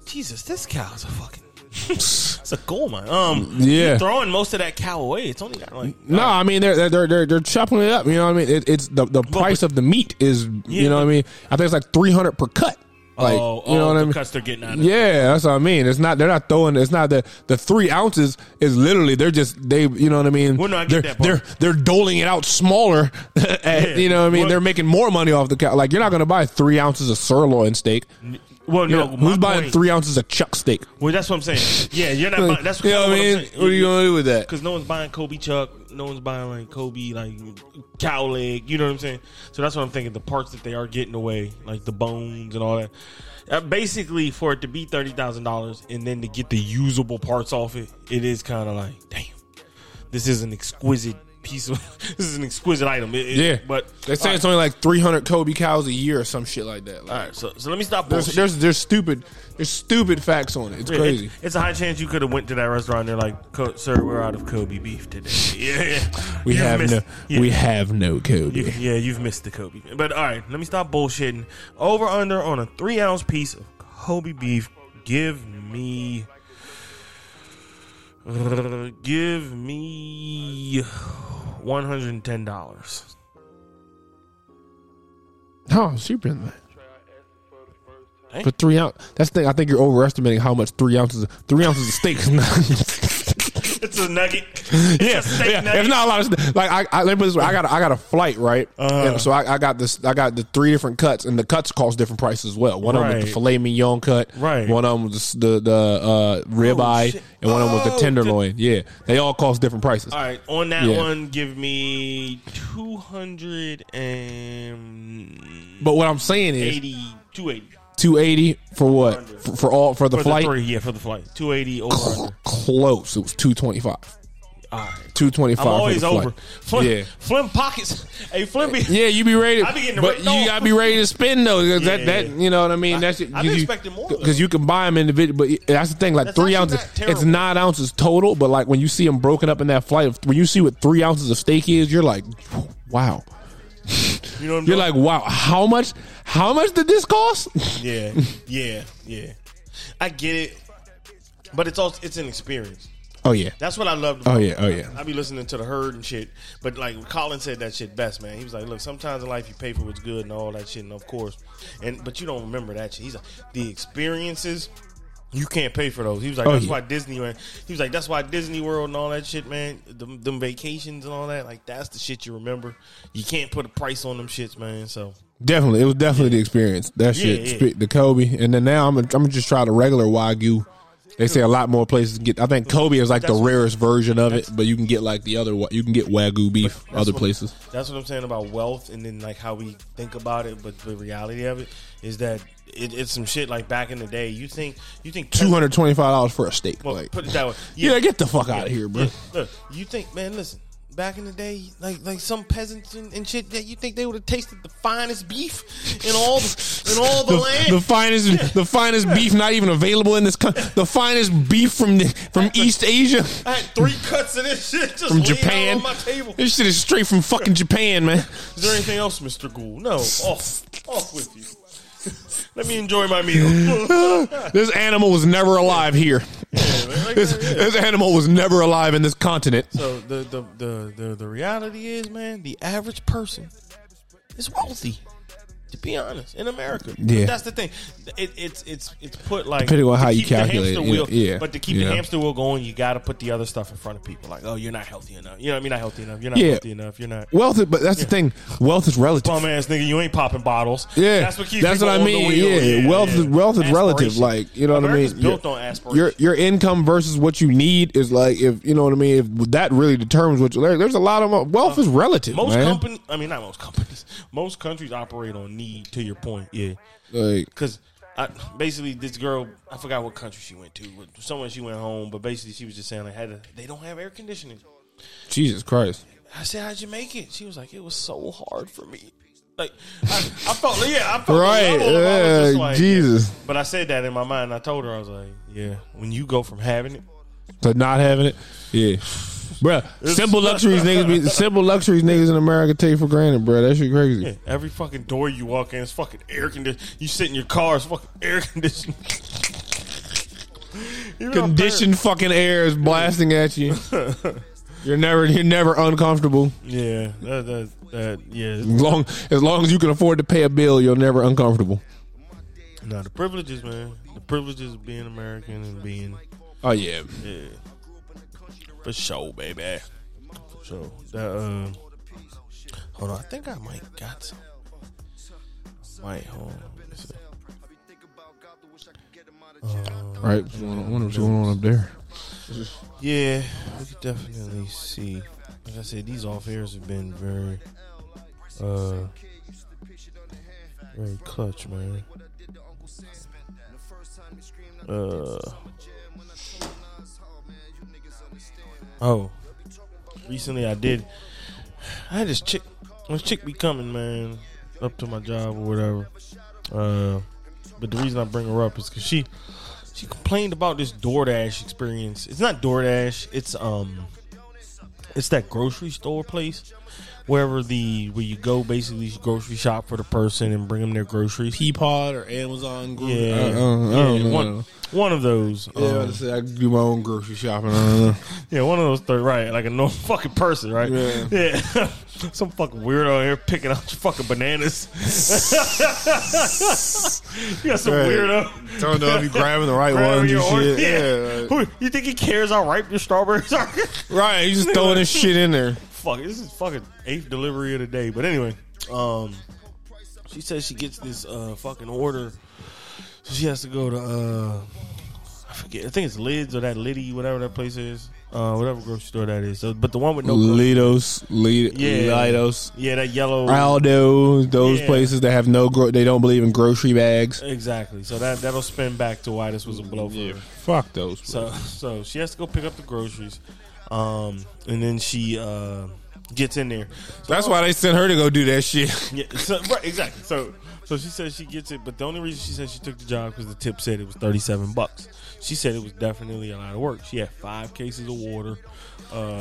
Speaker 3: Jesus, this cow's a fucking. it's a gold mine. Um,
Speaker 2: Yeah.
Speaker 3: you're throwing most of that cow away. It's only got like
Speaker 2: No, I mean they're they're they're they're chopping it up. You know what I mean? It, it's the the price of the meat is you know what I mean. I think it's like three hundred per cut. Like
Speaker 3: oh,
Speaker 2: you know
Speaker 3: oh,
Speaker 2: what
Speaker 3: the
Speaker 2: I mean?
Speaker 3: cuts they're getting out of. it.
Speaker 2: Yeah, that's what I mean. It's not they're not throwing. It's not the the three ounces is literally they're just they you know what I mean.
Speaker 3: Well, no, I get
Speaker 2: they're,
Speaker 3: that part.
Speaker 2: they're they're doling it out smaller. at- You know what I mean?
Speaker 3: Well-
Speaker 2: they're making more money off the cow. Like you're not going to buy three ounces of sirloin steak.
Speaker 3: Well,
Speaker 2: You
Speaker 3: no,
Speaker 2: know,
Speaker 3: my
Speaker 2: who's buying
Speaker 3: point-
Speaker 2: three ounces of chuck steak?
Speaker 3: Well, that's what I'm saying. Yeah, you're not. buying, that's
Speaker 2: you know what I mean.
Speaker 3: am
Speaker 2: What are you going to do with that?
Speaker 3: Because no one's buying Kobe Chuck. No one's buying like Kobe like cow leg. You know what I'm saying? So that's what I'm thinking. The parts that they are getting away, like the bones and all that. Uh, basically, for it to be thirty thousand dollars, and then to get the usable parts off it, it is kind of like, damn, this is an exquisite piece of. this is an exquisite item. It- it-
Speaker 2: Yeah,
Speaker 3: but
Speaker 2: they say
Speaker 3: all
Speaker 2: it's only like three hundred Kobe cows a year or some shit like that. Like,
Speaker 3: right, all right, so so let me stop.
Speaker 2: there's,
Speaker 3: bullshit.
Speaker 2: there's there's stupid there's stupid facts on it. It's
Speaker 3: Yeah,
Speaker 2: crazy.
Speaker 3: It's, it's a high chance you could have went to that restaurant. and They're like, "Co- "Sir, we're out of Kobe beef today." Yeah, yeah.
Speaker 2: we
Speaker 3: You've
Speaker 2: have
Speaker 3: missed-
Speaker 2: no
Speaker 3: yeah,
Speaker 2: we have no
Speaker 3: you-
Speaker 2: Kobe.
Speaker 3: yeah, you've missed the Kobe. But all right, let me stop bullshitting. Over under on a three ounce piece of Kobe beef. Give me, uh, give me one hundred and ten dollars.
Speaker 2: Oh, super in that. But three ounce. That's the thing. I think you're overestimating how much three ounces three ounces of steak is not.
Speaker 3: It's a nugget. It's
Speaker 2: yeah,
Speaker 3: a steak
Speaker 2: yeah.
Speaker 3: nugget.
Speaker 2: It's not a lot of steak. like I, I. Let me put it this way. I got a, I got a flight right,
Speaker 3: Uh-huh.
Speaker 2: And so I, I got this. I got the three different cuts, and the cuts cost different prices as well. One of them was
Speaker 3: Right.
Speaker 2: the filet mignon cut,
Speaker 3: Right.
Speaker 2: One of them was the the uh, ribeye,
Speaker 3: shit.
Speaker 2: and one of them was
Speaker 3: Oh,
Speaker 2: the
Speaker 3: the-
Speaker 2: tenderloin. yeah, they all cost different prices.
Speaker 3: All right, on that
Speaker 2: Yeah.
Speaker 3: one, give me two hundred and
Speaker 2: But what I'm saying is
Speaker 3: eighty, two eighty
Speaker 2: two eighty for what for, for all for the
Speaker 3: for
Speaker 2: flight.
Speaker 3: the three. Yeah, for the flight, two eighty over. under.
Speaker 2: Close. It was two twenty five.
Speaker 3: All right,
Speaker 2: Two twenty five.
Speaker 3: I'm always over. Flim,
Speaker 2: Yeah.
Speaker 3: Flim pockets. Hey, Flim. Be,
Speaker 2: Yeah, you be ready,
Speaker 3: I be getting
Speaker 2: but
Speaker 3: ripped
Speaker 2: you
Speaker 3: off.
Speaker 2: gotta be ready to spend though. 'cause
Speaker 3: Yeah.
Speaker 2: That, that you know what I mean. That's
Speaker 3: I been expecting more, though.
Speaker 2: because you can buy them individual. But it- that's the thing. Like
Speaker 3: That's
Speaker 2: three
Speaker 3: actually
Speaker 2: ounces,
Speaker 3: not terrible.
Speaker 2: it's nine ounces total. But like when you see them broken up in that flight, when you see what three ounces of steak is, you're like, wow.
Speaker 3: You know what I'm
Speaker 2: You're
Speaker 3: doing?
Speaker 2: like, wow. How much? How much did this cost?
Speaker 3: Yeah, yeah, yeah. I get it, but it's also it's an experience.
Speaker 2: oh yeah.
Speaker 3: That's what I loved.
Speaker 2: Oh
Speaker 3: about
Speaker 2: yeah. Oh yeah.
Speaker 3: I be listening to the herd and shit. But like Colin said that shit best, man. He was like, look, sometimes in life you pay for what's good and all that shit, and of course, and but you don't remember that shit. He's like, the experiences. You can't pay for those. He was like,
Speaker 2: Oh,
Speaker 3: "That's
Speaker 2: yeah.
Speaker 3: why Disney." He was like, "That's why Disney World and all that shit, man. Them, them vacations and all that, like that's the shit you remember. You can't put a price on them shits, man. So
Speaker 2: Definitely. It was definitely the experience. That
Speaker 3: Yeah,
Speaker 2: shit.
Speaker 3: yeah.
Speaker 2: spit The Kobe, and then now I'm gonna, I'm gonna just try the regular wagyu. They say a lot more places get. I think Kobe is like the
Speaker 3: That's-
Speaker 2: rarest version of it, but you can get like the other. wa- You can get wagyu beef
Speaker 3: That's
Speaker 2: other
Speaker 3: what-
Speaker 2: places.
Speaker 3: That's what I'm saying about wealth, and then like how we think about it, but the reality of it is that it, it's some shit. Like back in the day, you think you think
Speaker 2: Two hundred twenty five dollars for a steak.
Speaker 3: Well,
Speaker 2: like,
Speaker 3: put it that way.
Speaker 2: yeah, get the fuck out of here, bro.
Speaker 3: Yeah, Look, you think, man? Listen, back in the day, like like some peasants and, and shit, that you think they would have tasted the finest beef in all the, in all the,
Speaker 2: The,
Speaker 3: land.
Speaker 2: the finest, the finest beef not even available in this country. The finest beef from the, from East Asia,
Speaker 3: I had three cuts of this shit just
Speaker 2: from
Speaker 3: laying out
Speaker 2: Japan.
Speaker 3: on my table.
Speaker 2: This shit is straight from fucking Japan, man.
Speaker 3: Is there anything else, Mister Gould? No, off, off with you. Let me enjoy my meal.
Speaker 2: This animal was never alive here.
Speaker 3: Like,
Speaker 2: This,
Speaker 3: yeah.
Speaker 2: this animal was never alive in this continent.
Speaker 3: So the the, the the the reality is, man, the average person is wealthy. To be honest, in America,
Speaker 2: Yeah.
Speaker 3: that's the thing. It, it's it's it's put like
Speaker 2: Depending on
Speaker 3: to
Speaker 2: how you
Speaker 3: keep the
Speaker 2: calculate it,
Speaker 3: hamster
Speaker 2: you know,
Speaker 3: wheel,
Speaker 2: yeah,
Speaker 3: But to keep
Speaker 2: you
Speaker 3: the
Speaker 2: know.
Speaker 3: hamster wheel going, you got to put the other stuff in front of people. Like, oh, you're not healthy enough. You know, what I mean, not healthy enough. You're not
Speaker 2: Yeah.
Speaker 3: healthy enough. You're not.
Speaker 2: Wealth, is- but that's the thing. Wealth is relative.
Speaker 3: Bum ass nigga, you ain't popping bottles.
Speaker 2: Yeah,
Speaker 3: that's what keeps.
Speaker 2: That's
Speaker 3: people
Speaker 2: what I
Speaker 3: on the
Speaker 2: mean.
Speaker 3: wheel.
Speaker 2: Yeah. wealth is wealth is relative.
Speaker 3: Aspiration.
Speaker 2: Like you know
Speaker 3: America's
Speaker 2: what I mean.
Speaker 3: Built
Speaker 2: Your-
Speaker 3: on aspiration.
Speaker 2: your your income versus what you need is like if you know what I mean. If that really determines what you like, there's a lot of wealth is relative,
Speaker 3: most
Speaker 2: man.
Speaker 3: company, I mean, not most companies. Most countries operate on need. To your point, yeah.
Speaker 2: like
Speaker 3: because I basically this girl I forgot what country she went to, but somewhere she went home. But basically, she was just saying like, had to, they don't have air conditioning.
Speaker 2: Jesus Christ,
Speaker 3: I said, how'd you make it? She was like, it was so hard for me. Like I, I felt, like- yeah, I felt
Speaker 2: Right.
Speaker 3: level. I was just
Speaker 2: yeah,
Speaker 3: like-
Speaker 2: Jesus.
Speaker 3: But I said that in my mind. I told her I was like, yeah, when you go from having it,
Speaker 2: To not having it. Yeah. Bruh, simple luxuries niggas be simple luxuries niggas in America take for granted, bruh. That shit crazy.
Speaker 3: yeah, every fucking door you walk in is fucking air conditioned. You sit in your car, it's fucking air conditioned. You know,
Speaker 2: Conditioned fucking air is blasting at you. You're never you're never uncomfortable.
Speaker 3: Yeah, that, that, that, yeah.
Speaker 2: As long as long as you can afford to pay a bill, you're never uncomfortable.
Speaker 3: No, the privileges, man. The privileges of being American and being
Speaker 2: Oh yeah.
Speaker 3: yeah, for sure, baby. For sure. That, um, hold on, I think I might got some. Might hold on. let me see.
Speaker 2: Right. What's going on- I wonder what's going on up there.
Speaker 3: Yeah, we could definitely see. Like I said, these off airs have been very, uh, very clutch, man. Uh, oh, recently I did. I had this chick. This chick be coming, man, up to my job or whatever. Uh, but the reason I bring her up is because she she complained about this DoorDash experience. It's not DoorDash. It's um, it's that grocery store place, wherever the where you go basically grocery shop for the person and bring them their groceries.
Speaker 2: Peapod or Amazon group.
Speaker 3: Yeah,
Speaker 2: uh, I, don't- I don't
Speaker 3: Uh, Yeah,
Speaker 2: know.
Speaker 3: one one of those.
Speaker 2: Yeah, I was
Speaker 3: um,
Speaker 2: about to say I can do my own grocery shopping. I don't know.
Speaker 3: Yeah, one of those three, right? Like a normal fucking person, right?
Speaker 2: Yeah.
Speaker 3: Yeah. Some fucking weirdo here picking out your fucking bananas. you got some
Speaker 2: Right.
Speaker 3: weirdo.
Speaker 2: Don't know if you're grabbing the right
Speaker 3: grabbing
Speaker 2: ones and
Speaker 3: your orange-
Speaker 2: shit. Yeah, like-
Speaker 3: Who, you think he cares how ripe your strawberries are?
Speaker 2: right. You just throwing this shit in there.
Speaker 3: Fuck, this is fucking eighth delivery of the day. But anyway, um, she says she gets this uh fucking order, so she has to go to uh, I forget. I think it's Lids or that Liddy, whatever that place is, uh, whatever grocery store that is. So, but the one with no groceries.
Speaker 2: Litos, Lid-
Speaker 3: Yeah.
Speaker 2: Litos,
Speaker 3: Yeah, that yellow.
Speaker 2: Aldo. Those
Speaker 3: Yeah.
Speaker 2: places that have no, gro- they don't believe in grocery bags.
Speaker 3: Exactly. So that that'll spin back to why this was a blow for her.
Speaker 2: Fuck those.
Speaker 3: So so she has to go pick up the groceries, um, and then she uh, gets in there.
Speaker 2: That's why they sent her to go do that shit.
Speaker 3: Yeah, so, right, exactly. So so she says she gets it, but the only reason she said she took the job because the tip said it was thirty seven bucks. She said it was definitely a lot of work. She had five cases of water. Uh,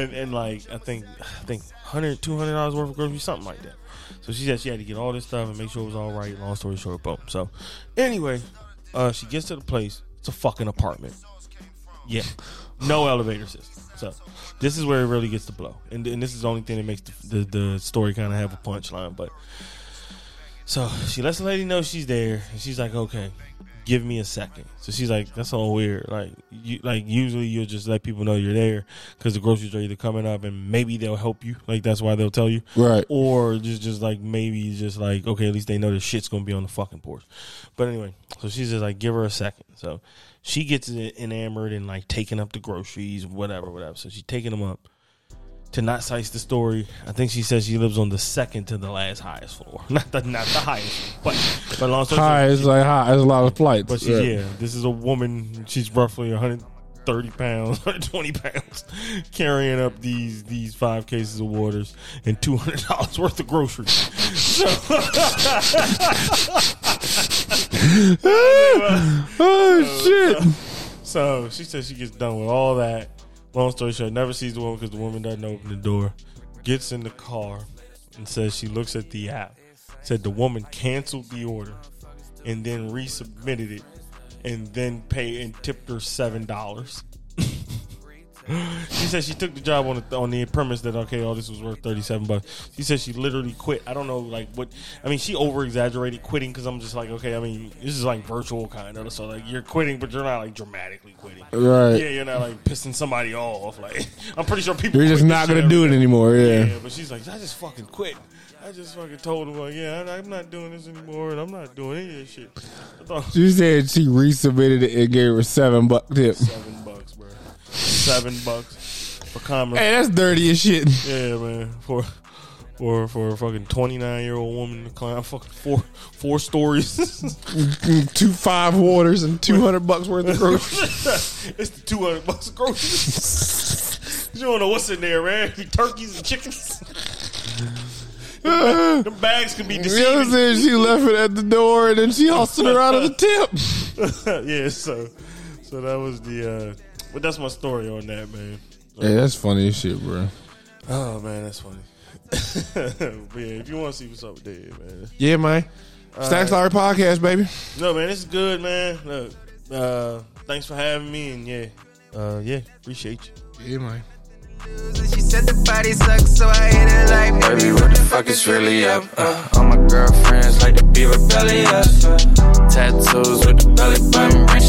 Speaker 3: and, and like I think I think 100 200 dollars worth of groceries, something like that. So she said she had to get all this stuff and make sure it was all right. Long story short, boom. So anyway, uh, she gets to the place. It's a fucking apartment. Yeah, no elevator system. So this is where it really gets to blow, and, and this is the only thing that makes the the, the story kind of have a punchline. But so she lets the lady know she's there, and she's like, "Okay, give me a second. So she's like, "That's all weird. Like, you like usually you'll just let people know you're there because the groceries are either coming up, and maybe they'll help you. Like that's why they'll tell you,
Speaker 2: Right.
Speaker 3: Or just just like maybe just like okay, at least they know the shit's gonna be on the fucking porch. But anyway, so she's just like, give her a second. So she gets enamored and like taking up the groceries, whatever, whatever. So she's taking them up to not size the story, I think she says she lives on the second to the last highest floor, not the not the highest, but but long story short,
Speaker 2: Hi, it's like hi. It's a lot of flights.
Speaker 3: but she's yeah, this is a woman. She's roughly 130 pounds, 120 pounds, carrying up these these five cases of waters and 200 dollars worth of groceries. So,
Speaker 2: Oh shit.
Speaker 3: so she says she gets done with all that. Long story short, never sees the woman because the woman doesn't open the door. Gets in the car and says she looks at the app. Said the woman canceled the order and then resubmitted it and then paid and tipped her seven dollars. She said she took the job on the, on the premise that okay, all this was worth thirty seven bucks. She said she literally quit. I don't know, like what I mean. She over exaggerated quitting because I'm just like, okay, I mean, this is like virtual kind of. So like, you're quitting, but you're not like dramatically quitting.
Speaker 2: Right.
Speaker 3: Yeah, you're not like pissing somebody off. Like, I'm pretty sure people.
Speaker 2: You're just
Speaker 3: quit
Speaker 2: not
Speaker 3: this
Speaker 2: gonna
Speaker 3: shit
Speaker 2: do it anymore. Yeah.
Speaker 3: yeah, but she's like, I just fucking quit. I just fucking told him, like, yeah, I- I'm not doing this anymore, and I'm not doing any of this shit. I thought
Speaker 2: She said she resubmitted it and gave her seven buck tip.
Speaker 3: seven bucks, bro. Seven bucks for commerce.
Speaker 2: Hey, that's dirty as shit.
Speaker 3: Yeah, man. For for for a fucking twenty nine year old woman to climb fucking four four stories.
Speaker 2: Two five waters and two hundred bucks worth of groceries.
Speaker 3: it's the two hundred bucks of groceries. you don't know what's in there, man. Turkeys and chickens.
Speaker 1: The bags can be
Speaker 2: You know what I'm
Speaker 1: deceiving.
Speaker 2: saying? She left it at the door and then she hustled her out of the tip.
Speaker 1: yeah, so so that was the. Uh, but that's my story on that, man.
Speaker 2: Yeah, that's funny as shit, bro.
Speaker 1: Oh man, that's funny. but yeah, if you want to see what's up with Dave, man.
Speaker 2: Yeah, man. Stacks Larry podcast, baby.
Speaker 1: No, man, this is good, man. Look, uh, thanks for having me, and yeah, uh, yeah, appreciate you.
Speaker 2: Yeah, man.
Speaker 4: And She said the body sucks, so I hit it like
Speaker 5: Baby, what the fuck is really up? Uh, all my girlfriends like to be rebellious. Uh, tattoos with the belly button, rich